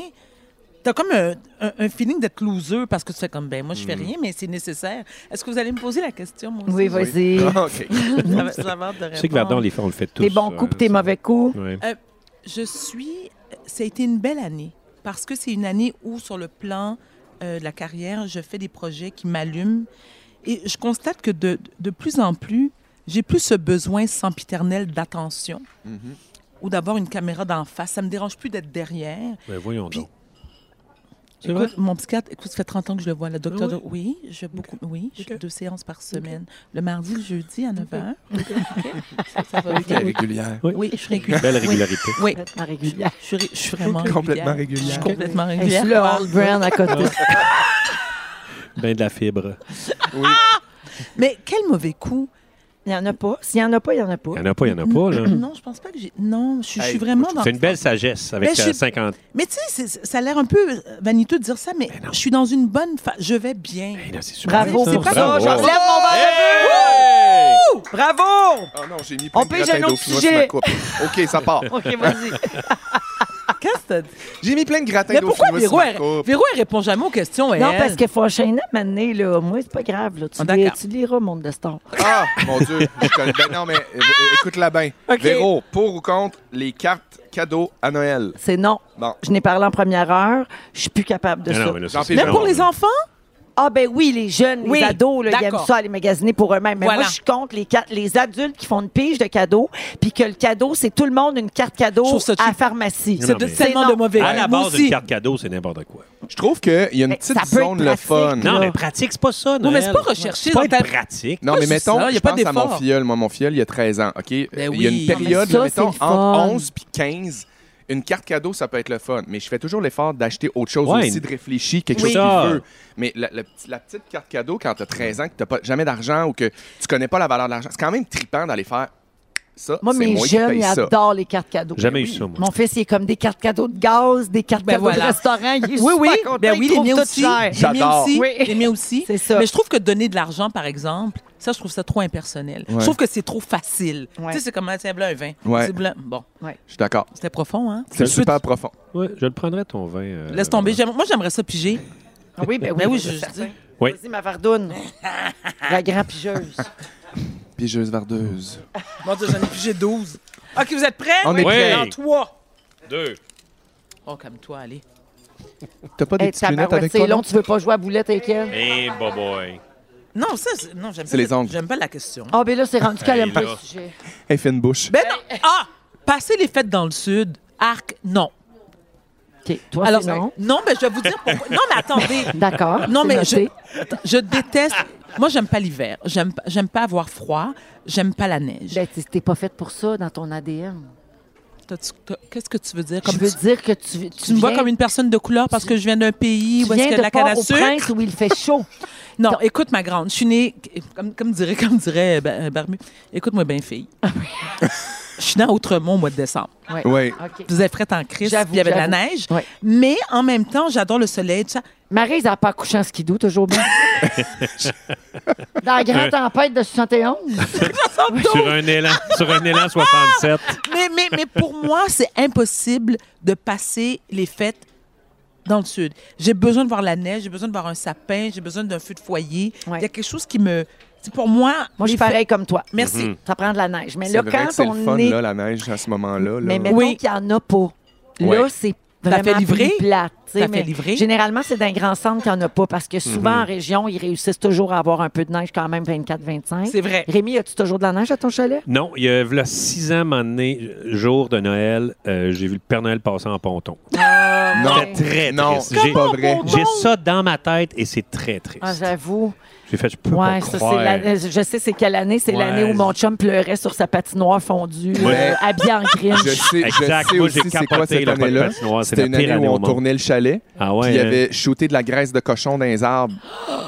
t'as comme un, un- un feeling d'être loser parce que tu fais comme, ben moi, je
Mm.
fais
Mhm.
rien, mais c'est nécessaire. Est-ce que vous allez me poser la question, moi
Oui,
aussi?
vas-y.
Ah, OK.
Ça va- ça va avoir de
Je sais que
répondre.
Verdun, on les fait, on le fait tous.
Tes hein. bons
ça,
coups puis tes mauvais coups.
Ouais.
Euh, je suis. Ça a été une belle année parce que c'est une année où, sur le plan euh, de la carrière, je fais des projets qui m'allument et je constate que de, de plus en plus, j'ai plus ce besoin sempiternel d'attention ou d'avoir une caméra d'en face. Ça me dérange plus d'être derrière.
Ben voyons donc. C'est
Écoute, mon psychiatre, écoute, ça fait 30 ans que je le vois, le docteur.
Ah
Oui, je fais beaucoup. Oui, je fais deux séances par semaine. Le mardi, le jeudi à 9 h. Ça, ça va
Ok,
bien.
régulière.
Oui, oui, je suis régulière.
Belle
Oui.
régularité.
Oui.
Complètement régulière.
Je, suis ré- je suis vraiment
Complètement
Je suis
régulière.
complètement
Et
régulière.
c'est le Hall Brand à côté.
Ben de la fibre.
Ah, Mais quel mauvais coup.
Il n'y en a pas. S'il n'y en a pas, il n'y en a pas.
Il n'y en a pas, il n'y en a pas, là.
Non, je pense pas que j'ai. Non, je, je
Hey,
suis vraiment
Ah,
dans.
C'est une belle sagesse
Ben,
avec
je
euh,
suis-
50.
Mais tu sais, c'est- ça a l'air un peu euh, vaniteux de dire ça,
Eh
mais je suis dans une bonne. fa- Je vais bien.
Bravo.
C'est pas
Bravo.
ça,
mon
j'enlève verre
de but. Bravo!
Oh non, j'ai mis
On
plein de
pige
gratins
un autre
d'eau, finalement,
sujet.
je me coupe. OK, ça part.
OK, vas-y.
Qu'est-ce que t'as dit?
J'ai mis plein de gratins
Mais
d'eau,
pourquoi
finalement,
Véro,
sur ma
elle,
coupe.
Véro, elle répond jamais aux questions?
Non,
elle?
parce qu'il faut enchaîner à m'amener, là. Moi, c'est pas grave, là. Tu,
Ah,
lis-
d'accord.
tu liras Monde de Star.
Ah, mon Dieu. je te le- ben non, mais euh, écoute-la bien.
OK.
Véro, pour ou contre les cartes cadeaux à Noël?
C'est non.
Bon.
Je n'ai parlé en première heure. Je suis plus capable de
Mais
ça.
non, mais là, ça, c'est Même
pour les enfants?
Ah ben oui, les jeunes,
Oui,
les ados, là, ils
d'accord.
aiment ça aller magasiner pour eux-mêmes. Mais
Voilà.
moi, je compte les, quatre- les adultes qui font une pige de cadeaux, puis que le cadeau, c'est tout le monde une carte cadeau à la pharmacie.
Non, non, mais- À la
Moi
base
aussi.
d'une carte cadeau, c'est n'importe quoi.
Je trouve qu'il y a
Ben,
une petite
ça peut être
zone le
pratique,
fun.
Non, mais pratique, c'est pas ça,
Non,
Noël.
mais c'est pas recherché
C'est pas
dans
être
ta-
pratique.
Non,
Pas
mais
juste
mettons,
ça, y a
je
pas
pense à mon
d'effort.
filleul. Moi, mon filleul, il a 13 ans, OK? Il y a
oui.
une
Ah, mais
période,
ça,
là,
c'est
mettons,
le fun.
entre 11 puis 15, une carte cadeau, ça peut être le fun. Mais je fais toujours l'effort d'acheter autre chose
Ouais.
aussi, de réfléchir, quelque
Oui.
chose
Ça.
qu'il veut. Mais la, la petite- la petite carte cadeau, quand t'as 13 ans, que t'as pas, jamais d'argent ou que tu connais pas la valeur de l'argent, c'est quand même trippant d'aller faire ça.
Moi,
c'est
mes
moi qui
jeunes,
paye
ils
ça.
adorent les cartes cadeaux.
Jamais eu ça, moi.
Mon fils, il est comme des cartes cadeaux de gaz, des cartes
Ben
cadeaux de
voilà.
restaurant. Il est
oui,
super
oui.
content,
Ben
il
oui, les
trouve
miens
tout
aussi.
cher.
Les miens aussi. Les miens aussi.
C'est ça.
Mais je trouve que donner de l'argent, par exemple, ça, je trouve ça trop impersonnel.
Ouais.
Je trouve que c'est trop facile.
Ouais.
Tu sais, c'est comme, ah, tiens, blanc, un vin.
Ouais.
C'est blanc. Bon.
Je suis d'accord.
C'était profond, hein?
C'est super profond.
Ouais, je le prendrais ton vin. euh,
Laisse tomber. J'aime- Moi, j'aimerais ça piger.
Ah oui, ben oui,
Ben oui,
c'est
je- je
certain.
dis.
Oui.
Vas-y, ma vardoune. La grand pigeuse.
Pigeuse vardeuse.
Mon Dieu, j'en ai pigé 12. OK, vous êtes prêts?
On est Oui. prêts.
En 3.
Deux.
Oh, comme toi, allez.
T'as pas des
Hey,
petites lunettes
tabarouette,
avec
c'est
toi?
long,
non?
tu veux pas jouer à boulette avec elle?
Eh, bah boy.
Non, ça, c'est- non, j'aime pas.
C'est les
cette-
ongles.
J'aime pas la question.
Ah, ben là, c'est rendu qu'elle
Hey,
aime pas
là.
le sujet.
Elle fait une bouche.
Ben non! Ah! Passer les fêtes dans le Sud, arc, non.
OK. Toi,
Alors,
c'est non.
Non, mais je vais vous dire pourquoi. Non, mais attendez.
D'accord,
Non,
c'est
mais je,
noté.
attends, je déteste. Moi, j'aime pas l'hiver. J'aime pas- j'aime pas avoir froid. J'aime pas la neige.
Ben, t'es- t'es pas faite pour ça dans ton ADN.
T'as-tu- t'as- Qu'est-ce que tu veux dire?
Je veux dire que tu.
Tu me vois comme une personne de couleur parce que je viens d'un pays
tu
où est-ce
viens
que
de
la canne à
Port-au-Prince
sucre.
où il fait chaud.
Non, écoute, ma grande, je suis née, comme, comme dirait, comme dirait euh, Ba- euh, Barbu, écoute-moi bien, fille. Je suis née à Outremont au mois de décembre.
Ah Ouais.
Ouais.
OK.
Vous êtes prête en crise, puis
J'avoue,
il y avait de la
j'avoue.
neige. Mais en même temps, j'adore le soleil. tout ça.
Marie, ils n'ont pas couché en skidoo, toujours bien. Dans la grande tempête de 71.
sur un élan, sur un élan 67.
Mais, mais, mais pour moi, c'est impossible de passer les fêtes dans le sud. J'ai besoin de voir la neige, j'ai besoin de voir un sapin, j'ai besoin d'un feu de foyer. Il y a quelque chose qui me... c'est Pour moi...
Moi, je suis
les fêtes-
pareil comme toi.
Merci.
Mhm.
Ça prend de la neige. Mais
C'est
là,
vrai
quand
que c'est
on
le fun,
est.
là, la neige, à ce moment-là. là.
Mais mettons qu'il n'y en a pas. Là,
Ouais.
c'est
Ça
vraiment
fait livrer.
plus plate. tu sais,
Ça fait
mais
livrer.
Généralement, c'est d'un grand centre qu'il n'y en a pas parce que souvent,
Mhm.
en région, ils réussissent toujours à avoir un peu de neige quand même 24-25.
C'est vrai.
Rémi, as-tu toujours de la neige à ton chalet?
Non, il y a v'là six ans, un moment donné, jour de Noël, euh, j'ai vu le Père Noël passer en ponton.
Euh,
Ah,
Non,
C'était très
non,
triste.
c'est pas vrai.
J'ai ça dans ma tête et c'est très triste.
Ah, j'avoue.
J'ai fait, je peux
Ouais,
pas
ça,
croire.
c'est l'année- je sais c'est quelle année. C'est
Ouais.
l'année où mon chum pleurait sur sa patinoire fondue,
Ouais.
euh, habillé en cringe.
Je sais, je
Exact.
sais
Moi,
aussi
j'ai
c'est quoi
capoté,
cette
là, pas de
année-là.
patinoire. C'est
C'était
la
une
pire
année
année
où
au
on
monde.
tournait le chalet.
Ah ouais,
puis il y
hein?
avait shooté de la graisse de cochon dans les arbres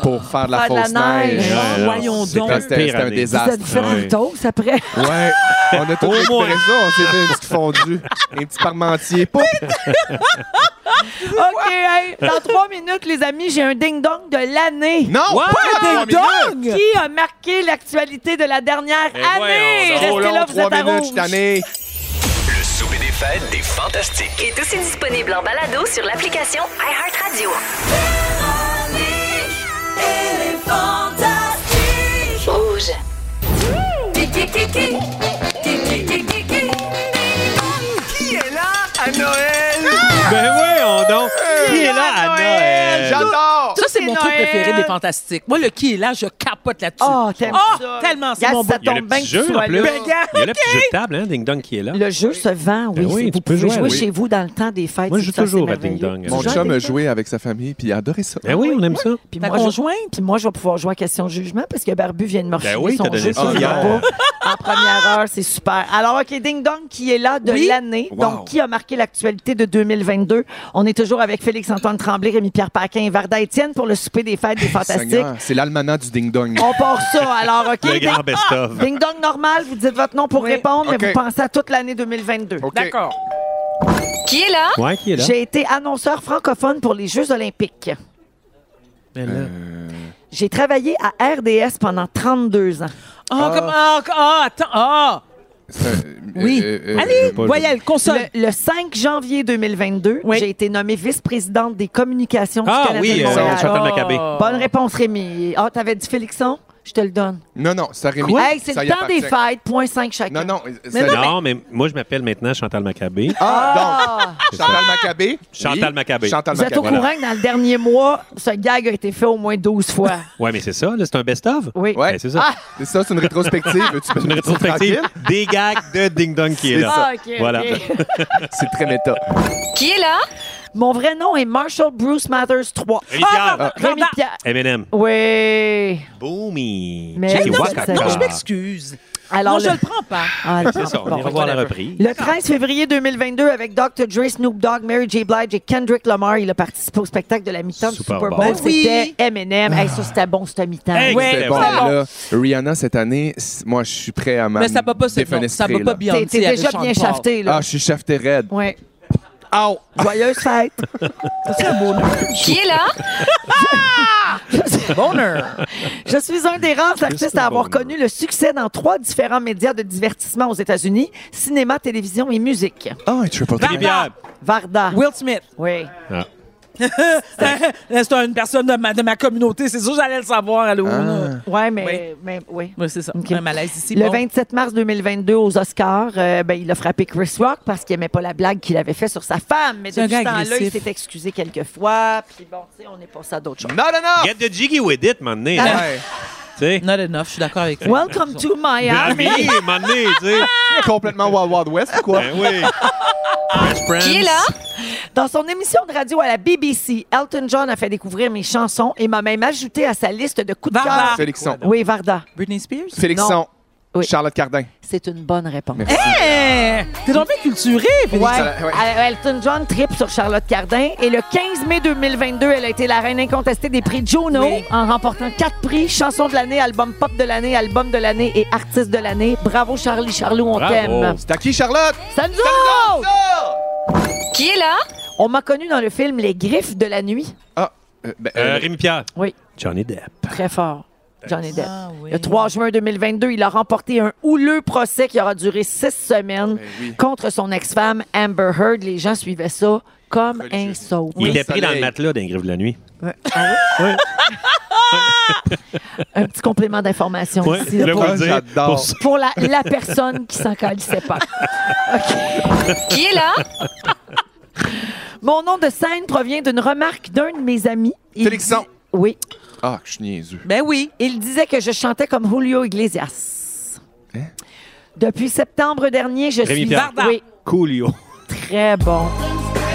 pour faire de la
Faire de la
fausse
neige. Ah,
neige.
Ouais, non,
Voyons
c'était
donc.
la
C'était-
pire
c'était un
année.
Vous
désastre.
êtes fait
Ah, ouais.
un toast après?
Ouais, on a tous récupéré
moins.
ça, on s'est fait une petite fondue, un petit parmentier. Pouf!
Ben OK, hey, dans trois minutes, les amis, j'ai un ding-dong de l'année.
Non, pas
ding dong qui a marqué l'actualité de la dernière
Ben
année.
voyons donc.
Restez
Trop
là,
long,
vous êtes à
trois minutes,
rouge.
je suis tanné.
Le souper des fêtes des fantastiques.
Qui est aussi disponible en balado sur l'application iHeartRadio. Rouge.
Qui est là à Noël?
Ben ouais, on donc. Qui est là à Noël?
J'adore!
Ça, c'est mon truc
Noël.
préféré des fantastiques. Moi, le qui est là, je capote là-dessus.
Oh, t'aimes
Ah,
ça.
tellement, c'est
Yes,
mon Ben,
ça
bon-
Il y a le
tombe bien
petit
que
jeu,
tu
en
sois
plus.
là.
Il y a le petit jeu de table, hein, Ding Dong, qui est là.
Le jeu se vend, Ah oui.
Ben oui,
c'est-
tu
vous
peux
pouvez
jouer
jouer,
à- oui.
chez vous dans le temps des fêtes.
Moi, je
c'est
joue
ça, c'est
toujours à
merveilleux.
ding-dong.
Tu
Mon
joues à
chum a
ding-dong?
joué avec sa famille, puis il adorait ça.
Ben oui, on aime ça.
Puis
Ta
moi, je,
conjointe?
puis moi, je vais pouvoir jouer à Question Jugement parce que Barbu vient de me refiler
Ben oui,
son
t'as
jeu
donné
sur
ça
le
hier.
robot en première heure. C'est super. Alors, OK, Ding Dong qui est là de
Oui.
l'année.
Wow.
Donc, qui a marqué l'actualité de 2022? On est toujours avec Félix-Antoine Tremblay, Rémi-Pierre Paquin et Varda Étienne pour le souper des fêtes des Fantastiques.
Seigneur, C'est l'almanach du ding-dong.
On part ça, alors, OK?
Le grand
Ding-
best-of.
Ding dong normal, vous dites votre nom pour
Oui.
répondre,
OK.
mais vous pensez à toute l'année 2022.
OK.
D'accord.
Qui est là?
Ouais, qui est là?
J'ai été annonceur francophone pour les Jeux olympiques.
Mais là-
Euh,
J'ai travaillé à RDS pendant 32 ans.
Ah, comme. Ah, ah, attends. Ah!
Ça, euh,
Oui.
euh, euh,
Allez,
je veux pas,
voyelle, console.
Le, le 5 janvier 2022,
Oui.
j'ai été nommée vice-présidente des communications du
Ah
Canada
oui,
de
euh,
Montréal. Oh.
Chantal Maccabé.
Bonne réponse, Rémi. Ah, t'avais dit Félixon? Je te le donne.
Non, non, ça Rémi.
Hey, c'est
ça
le
y
temps des
appartient.
fêtes, point 5 chacun.
Non, non. c'est-
Non, mais moi, je m'appelle maintenant Chantal Maccabé.
Ah,
Ah!
donc, Chantal Maccabé.
Chantal
Oui,
Maccabé.
Chantal
Vous êtes au
Maccabé.
courant que dans le dernier mois, ce gag a été fait au moins 12 fois.
Ouais, mais c'est ça, là, c'est un best-of.
Oui. Ah!
Ouais.
Ben, c'est ça.
C'est ça, c'est une rétrospective. Tu peux
Une rétrospective des gags de Ding Dong qui est
C'est
là.
Ah, ok, ok.
Voilà.
C'est très méta.
Qui est là?
Mon vrai nom est Marshall Bruce Mathers 3.
Rémi Pierre.
Ah, Rémi Pierre.
M&M.
Oui.
Boomy.
Mais-
Checky
Non,
Waka. Ah.
c'est-
Non, je m'excuse.
Alors,
Non, je
le-
le prends pas.
Ah,
C'est ça, on
bon,
ira voir la
whatever.
reprise.
Le 13 février 2022, avec Dr. Dre, Snoop Dogg, Mary J. Blige et Kendrick Lamar, il a participé au spectacle de la mi-temps du
Super
Super Bowl.
Bowl.
Ben oui.
C'était Eminem. Hey, ça, c'était bon, c'était mi-temps.
Hey,
Ouais,
C'est
c'était
bon,
bon.
là. Rihanna, cette année, c- moi, je suis prêt à ma
Mais ça va pas, c'est non, Ça va pas bien.
T'es t'es déjà bien shafté, là.
Ah, je suis chafté raide.
Ouais. Joyeuse fête. C'est un beau nom.
Qui est là?
Bonheur. Je suis un des rares artistes à avoir
bonheur.
connu le succès dans trois différents médias de divertissement aux États-Unis cinéma, télévision et musique.
Ah, un triple
Rémi Pierre.
Varda.
Will Smith. Ah.
Oui.
C'est une personne de ma, de ma communauté. C'est sûr que j'allais le savoir, allô. là.
Ouais, mais, Ah. Eh, mais oui.
Oui, c'est ça.
Ok.
Un malaise ici.
Le
bon.
27 mars 2022, aux Oscars, euh, ben, il a frappé Chris Rock parce qu'il n'aimait pas la blague qu'il avait faite sur sa femme. Mais
C'est un
depuis
gars
ce temps-là, il
agressif.
s'est excusé quelques fois. Puis bon, tu sais, on est passé à d'autres choses.
Non, non, non!
Get the jiggy with it, maintenant.
Ouais.
Not enough, je suis d'accord avec toi.
Welcome to Miami.
Miami, mané, tu sais.
Ah!
Complètement Wild Wild West, ou quoi?
Ben oui.
Qui est là? Dans son émission de radio à la BBC, Elton John a fait découvrir mes chansons et m'a même ajouté à sa liste de coups de
Varda.
cœur.
Félixson.
Oui, Varda.
Britney Spears?
Félixon.
Non. Oui.
Charlotte Cardin.
C'est une bonne réponse.
Merci.
T'es donc bien culturé,
Ouais.
Félix.
Euh, Elton John tripe sur Charlotte Cardin et le 15 mai 2022, elle a été la reine incontestée des prix Juno en remportant quatre prix chanson de l'année, album pop de l'année, album de l'année et artiste de l'année. Bravo Charlie Charlot, on t'aime.
C'est à qui, Charlotte?
Ça nous autres! Qui est là? On m'a connu dans le film Les Griffes de la nuit.
Ah, euh, ben, euh,
Euh, Rémi Pierre.
Oui.
Johnny Depp.
Très fort. Johnny Depp. Le 3 juin 2022, il a remporté un houleux procès qui aura duré six semaines contre son ex-femme Amber Heard. Les gens suivaient ça comme un saut.
Il était pris dans le matelas d'un grève de la nuit. Ah
Un petit complément d'information
Ouais,
ici.
je voulais
là, pour,
vous le dire. J'adore.
pour- pour la, la personne qui s'en calissait pas. Qui est là? Mon nom de scène provient d'une remarque d'un de mes amis. Il
Félixon.
dit- Oui.
Ah, je suis niaiseux.
Ben oui.
Il disait que je chantais comme Julio Iglesias.
Hein?
Depuis septembre dernier, je
Rémi
suis...
Pierre.
Oui,
Coolio.
très bon.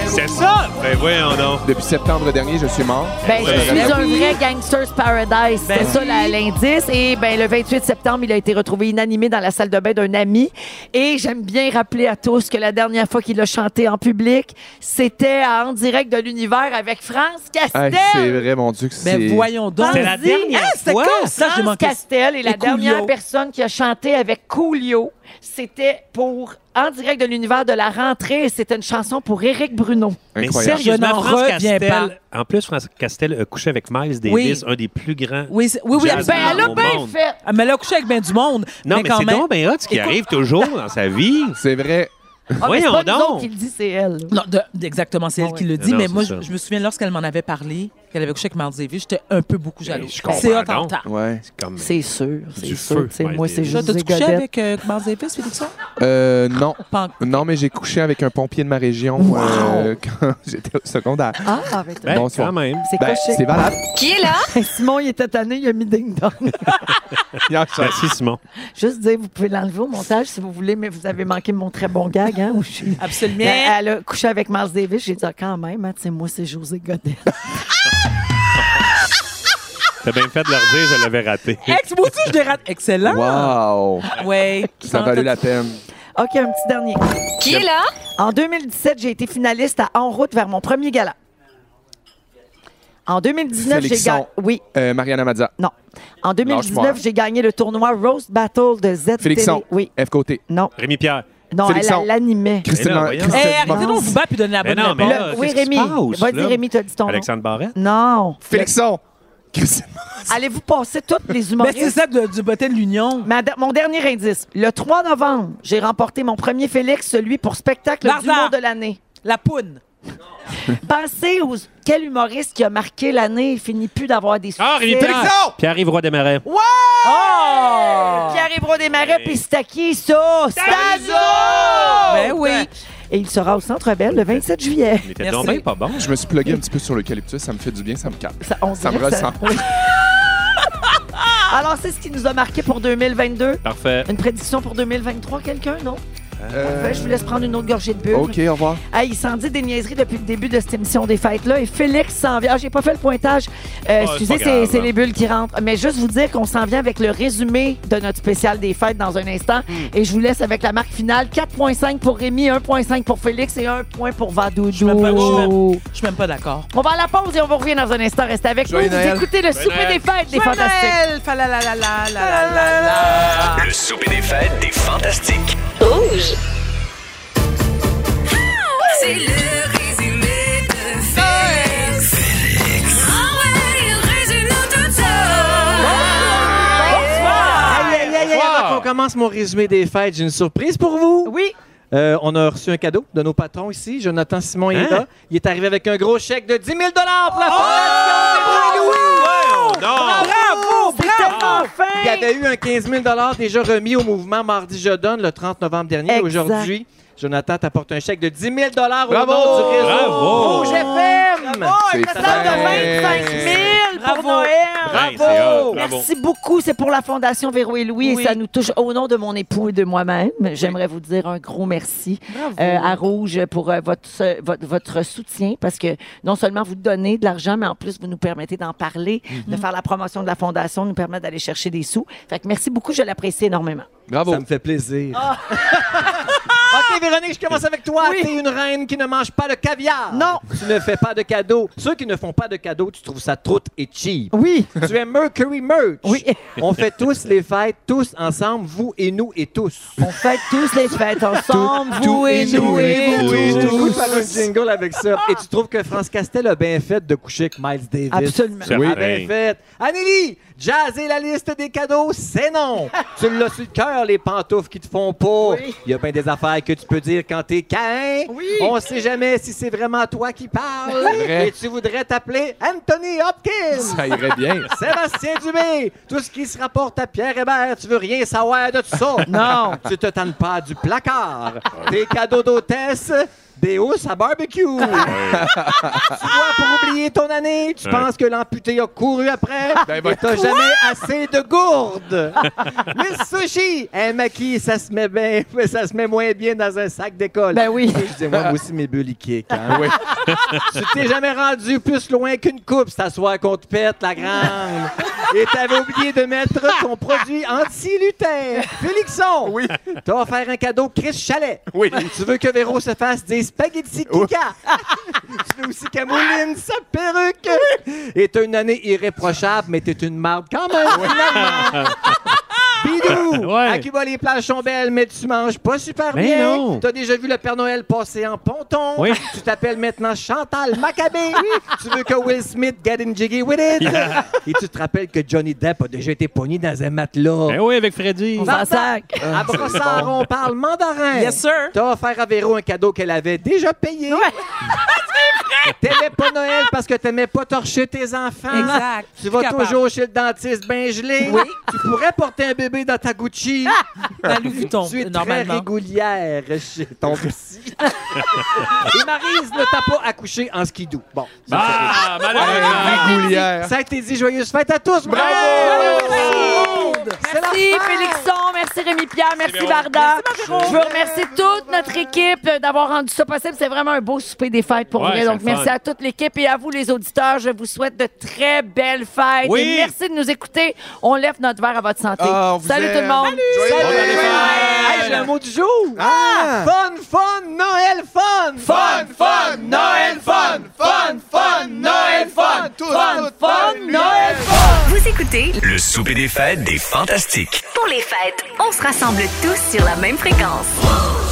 C'est ça? Ben voyons donc.
Depuis septembre dernier, je suis mort.
Ben,
Ouais.
je suis
Ben
un
oui.
vrai Gangster's Paradise.
Ben
c'est ça
oui.
la- l'indice. Et ben, le 28 septembre, il a été retrouvé inanimé dans la salle de bain d'un ami. Et j'aime bien rappeler à tous que la dernière fois qu'il a chanté en public, c'était à en direct de l'univers avec France Castel.
Hey, c'est vrai, mon Dieu, que c'est.
Ben voyons donc.
Pensez, hein,
c'est
quoi?
con, ça, j'ai
France
manqué.
Castel est la
Et Coolio.
dernière personne qui a chanté avec Coolio. C'était pour en direct de l'univers de la rentrée. et C'était une chanson pour Éric Bruno.
Incroyable.
Je n'en
France
reviens
Castel, en plus, France Castel a couché avec Miles Davis, un des plus grands.
Oui, c'est- oui, oui.
Jasmine
Ben, elle a
au
bien
monde.
fait.
Ah, mais elle a couché avec ben du monde.
Non, mais,
quand
c'est
même.
donc bien hot ce qui
Écoute-
arrive toujours dans sa vie.
C'est vrai.
Ah, mais c'est
Voyons
pas nous autres
donc.
qui le dit, c'est elle. Ah
Non, de- de- exactement, c'est elle qui le dit.
Non,
mais
c'est
moi,
ça.
je, je me souviens lorsqu'elle m'en avait parlé, qu'elle avait couché avec Miles Davis, j'étais un peu beaucoup jaloux.
Ben, je comprends
C'est hot en
donc.
temps.
Ouais.
C'est comme.
C'est sûr,
Du
c'est
feu,
sûr. Tu sais,
ouais,
moi,
des-
c'est
Toi,
juste
T'as-tu
des
couché
godettes.
avec euh, Miles Davis, Félixon?
Euh, non.
Pas en-
Non, mais j'ai couché avec un pompier de ma région euh, quand j'étais au secondaire.
Ah, arrête.
Ben,
Bonsoir.
quand même.
C'est
Ben,
coché.
c'est valable.
Simon, il était tanné, il a mis ding-dong.
Il en sort.
Merci, Simon.
Juste dire, vous pouvez l'enlever au montage si vous voulez, mais vous avez manqué mon très bon gag, hein, où je suis- Ben,
Absolument.
Elle, elle a couché avec Miles Davis, j'ai dit, ah, quand même, hein, tu sais, moi, c'est José Godet.
T'as bien fait de leur dire, je l'avais raté.
Ex, moi aussi, je l'ai raté. Excellent.
Wow.
Ouais.
Ça a valu la peine.
OK, un petit dernier. Qui est là? En 2017, j'ai été finaliste à En route vers mon premier gala. En 2019, j'ai
Félixon.
gagné. Oui,
Euh, Mariana Mazza.
non. En 2019,
Lâche-moi.
j'ai gagné le tournoi Roast Battle de Z
Félixon.
Oui,
F côté.
non.
Rémi Pierre.
Non,
Félixon.
elle elle l'animait. Eh,
Christine
Mais non,
Lan-
voyons.
Hé,
Christine
arrêtez donc de vous battre et donnez la
Mais
bonne
non, mais
réponse.
là,
oui,
qu'est-ce qui
Rémi.
se passe,
Vas-y,
là?
Rémi, t'as dit ton nom.
Alexandre Barrette.
Non.
Félixon. Christine
Allez-vous passer toutes les
Mais
humoristes?
c'est ça de- du bottin de l'Union.
Ma de- mon dernier indice. Le 3 novembre, j'ai remporté mon premier Félix, celui pour spectacle
Varda.
d'humour de l'année.
La poune.
Pensez aux... Quel humoriste qui a marqué l'année et finit plus d'avoir des succès?
Ah, Rémi Pierre.
Félixon!
Pierre-Yves Roy-Desmarais.
Ouais!
Ah!
Pierre-Yves Desmarais, puis c'est à qui ça? Stazo!
Ben oui.
Et il sera au Centre Belle le 27 juillet.
Il était
Merci.
donc bien pas bon.
Je me suis plugué un petit peu sur l'eucalyptus, ça me fait du bien, ça me calme.
Ça, on
Ça me
dirait que
ressemble.
Oui. Alors, c'est ce qui nous a marqué pour 2022.
Parfait.
Une prédiction pour 2023, quelqu'un, non?
Euh,
Enfin, je vous laisse prendre une autre gorgée de bulle.
OK, au revoir.
Hey, il s'en dit des niaiseries depuis le début de cette émission des fêtes-là. Et Félix s'en vient. Ah, j'ai pas fait le pointage. Euh,
Ah, c'est
excusez,
pas
c'est
grave.
c'est les bulles qui rentrent. Mais juste vous dire qu'on s'en vient avec le résumé de notre spécial des fêtes dans un instant.
Hmm.
Et je vous laisse avec la marque finale. 4,5 pour Rémi, 1,5 pour Félix et 1 point pour Vadoudou.
même pas- je suis Je suis même pas d'accord.
On va à la pause et on vous revient dans un instant. Restez avec
Joyeux
nous.
Noël.
Vous écoutez le souper des fêtes des fantastiques.
Noël! Fa la la la la la la la.
Le souper des fêtes des fantastiques.
C'est le résumé de Félix. Félix. Ah ouais, il résume tout ça.
Aïe, aïe, aïe, aïe,
Avant qu'on commence mon résumé des fêtes, j'ai une surprise pour vous.
Oui,
Euh, on a reçu un cadeau de nos patrons ici, Jonathan Simon et
Hein?
Eda. Il est arrivé avec un gros chèque de 10 000 pour la Fondation des Bruins Louis.
Voyons donc.
Bravo, bravo!
Il y avait eu un 15 000 déjà remis au mouvement Mardi Je Donne le 30 novembre dernier.
Exact.
Aujourd'hui, Jonathan t'apporte un chèque de 10 000 au
Bravo!
nom du réseau
Oh,
Bravo!
Rouge Oh, FM.
Bravo,
C'est
une salle Oh, de
fin.
25 000. pour Noël.
Ouais,
ah,
c'est hot, bravo.
Merci beaucoup. C'est pour la Fondation Véro et Louis et ça nous touche. Au nom de mon époux et de moi-même, j'aimerais vous dire un gros merci
Bravo.
euh, à Rouge pour euh, votre, ce- votre, votre soutien parce que non seulement vous donnez de l'argent, mais en plus vous nous permettez d'en parler, de faire la promotion de la Fondation, nous permettre d'aller chercher des sous. Fait que merci beaucoup, je l'apprécie énormément.
Bravo.
Ça me fait plaisir.
OK, Véronique, je
commence avec toi. T'es une reine qui ne mange pas de caviar.
Non.
Tu ne fais pas de cadeaux. Ceux qui ne font pas de cadeaux, tu trouves ça troute et cheap.
Oui.
Tu es Mercury Merch. Oui. On fait tous les fêtes, tous ensemble, vous et nous et tous.
On fait tous les fêtes ensemble, vous et nous et
vous
tous.
J'ai le goût de faire un jingle avec ça. Et tu trouves que France Castel a bien fait de coucher avec Miles Davis.
Absolument.
Oui.
Certain.
bien fait. Anélie, jazzer la liste des cadeaux, c'est non. tu l'as sur le cœur, les pantoufles qui te font pas. Il y a bien des affaires que tu peux dire quand t'es caïn. On sait jamais si c'est vraiment toi qui parles.
C'est vrai.
Et tu voudrais t'appeler Anthony Hopkins.
Ça irait bien.
Sébastien Dubé, tout ce qui se rapporte à Pierre Hébert, tu veux rien savoir de tout ça.
Non.
Tu te tannes pas du placard. Tes cadeaux d'hôtesse, des hausses à barbecue.
Ah,
tu vois, pour oublier ton année, tu
Ouais.
penses que l'amputé a couru après, mais
quoi?
t'as jamais assez de gourde. Miss Sushi, un maquis, ça se met bien, mais ça se met moins bien dans un sac d'école. Ben oui. Je dis, moi, moi aussi, mes bulles, ils kick. hein.
Oui.
tu t'es jamais rendu plus loin qu'une coupe, s'asseoir qu'on te pète, la grande. Et t'avais oublié de mettre ton produit anti-lutin. Félixon, oui. t'as offert un cadeau Chris Chalet. Oui. Tu veux que Véro se fasse des spaghettis kika. tu veux aussi Camouline, sa perruque. Et t'as une année irréprochable, mais t'es une marde quand même. finalement. Bidou!
Ouais.
À Cuba, les plages sont belles, mais tu manges pas super
Mais
bien.
non.
T'as déjà vu le Père Noël passer en ponton.
Oui.
Tu t'appelles maintenant Chantal Maccabé. tu veux que Will Smith get in jiggy with it.
Yeah.
Et tu te rappelles que Johnny Depp a déjà été pogné dans un matelas. Ben oui, avec Freddy.
On s'en sac.
À
Ah, c'est
Brossard,
bon.
on parle mandarin.
Yes,
sir. T'as offert à Véro un cadeau qu'elle avait déjà payé. T'aimais pas Noël parce que t'aimais pas torcher tes enfants.
Exact.
Tu vas
Capable.
toujours chez le dentiste bien gelé.
Oui. Ah!
Tu pourrais porter un bébé dans ta Gucci.
Dans Louis Vuitton,
Tu es très
normalement.
régulière chez ton psy. Et Marise ne t'a pas accouché en skidoo. Bon. ça,
Ah,
c'est réglé.
malheureusement.
Ah,
Régulière.
Ça a été dit. Joyeuse fête à tous. Bravo!
Merci Félixon, merci Rémi Pierre, merci
Merci,
Varda.
Véro.
Je veux remercier toute notre équipe euh, d'avoir rendu ça possible. C'est vraiment un beau souper des fêtes pour
Ouais,
vrai.
c'est
Donc
le
merci
fun.
à toute l'équipe et à vous les auditeurs. Je vous souhaite de très belles fêtes.
Oui.
Et merci de nous écouter. On lève notre verre à votre santé.
Ah, on vous
Salut tout le
aime.
monde.
Salut. Joyeux Noël. Bonne
Hey, j'ai le mot du jour. Ah! Fun, fun, Noël, fun! Fun, fun, Noël, fun! Fun, fun, Noël, fun! Fun, fun, Noël, fun!
Vous écoutez
Le souper des fêtes des fantastiques.
pour les fêtes, on se rassemble tous sur la même fréquence.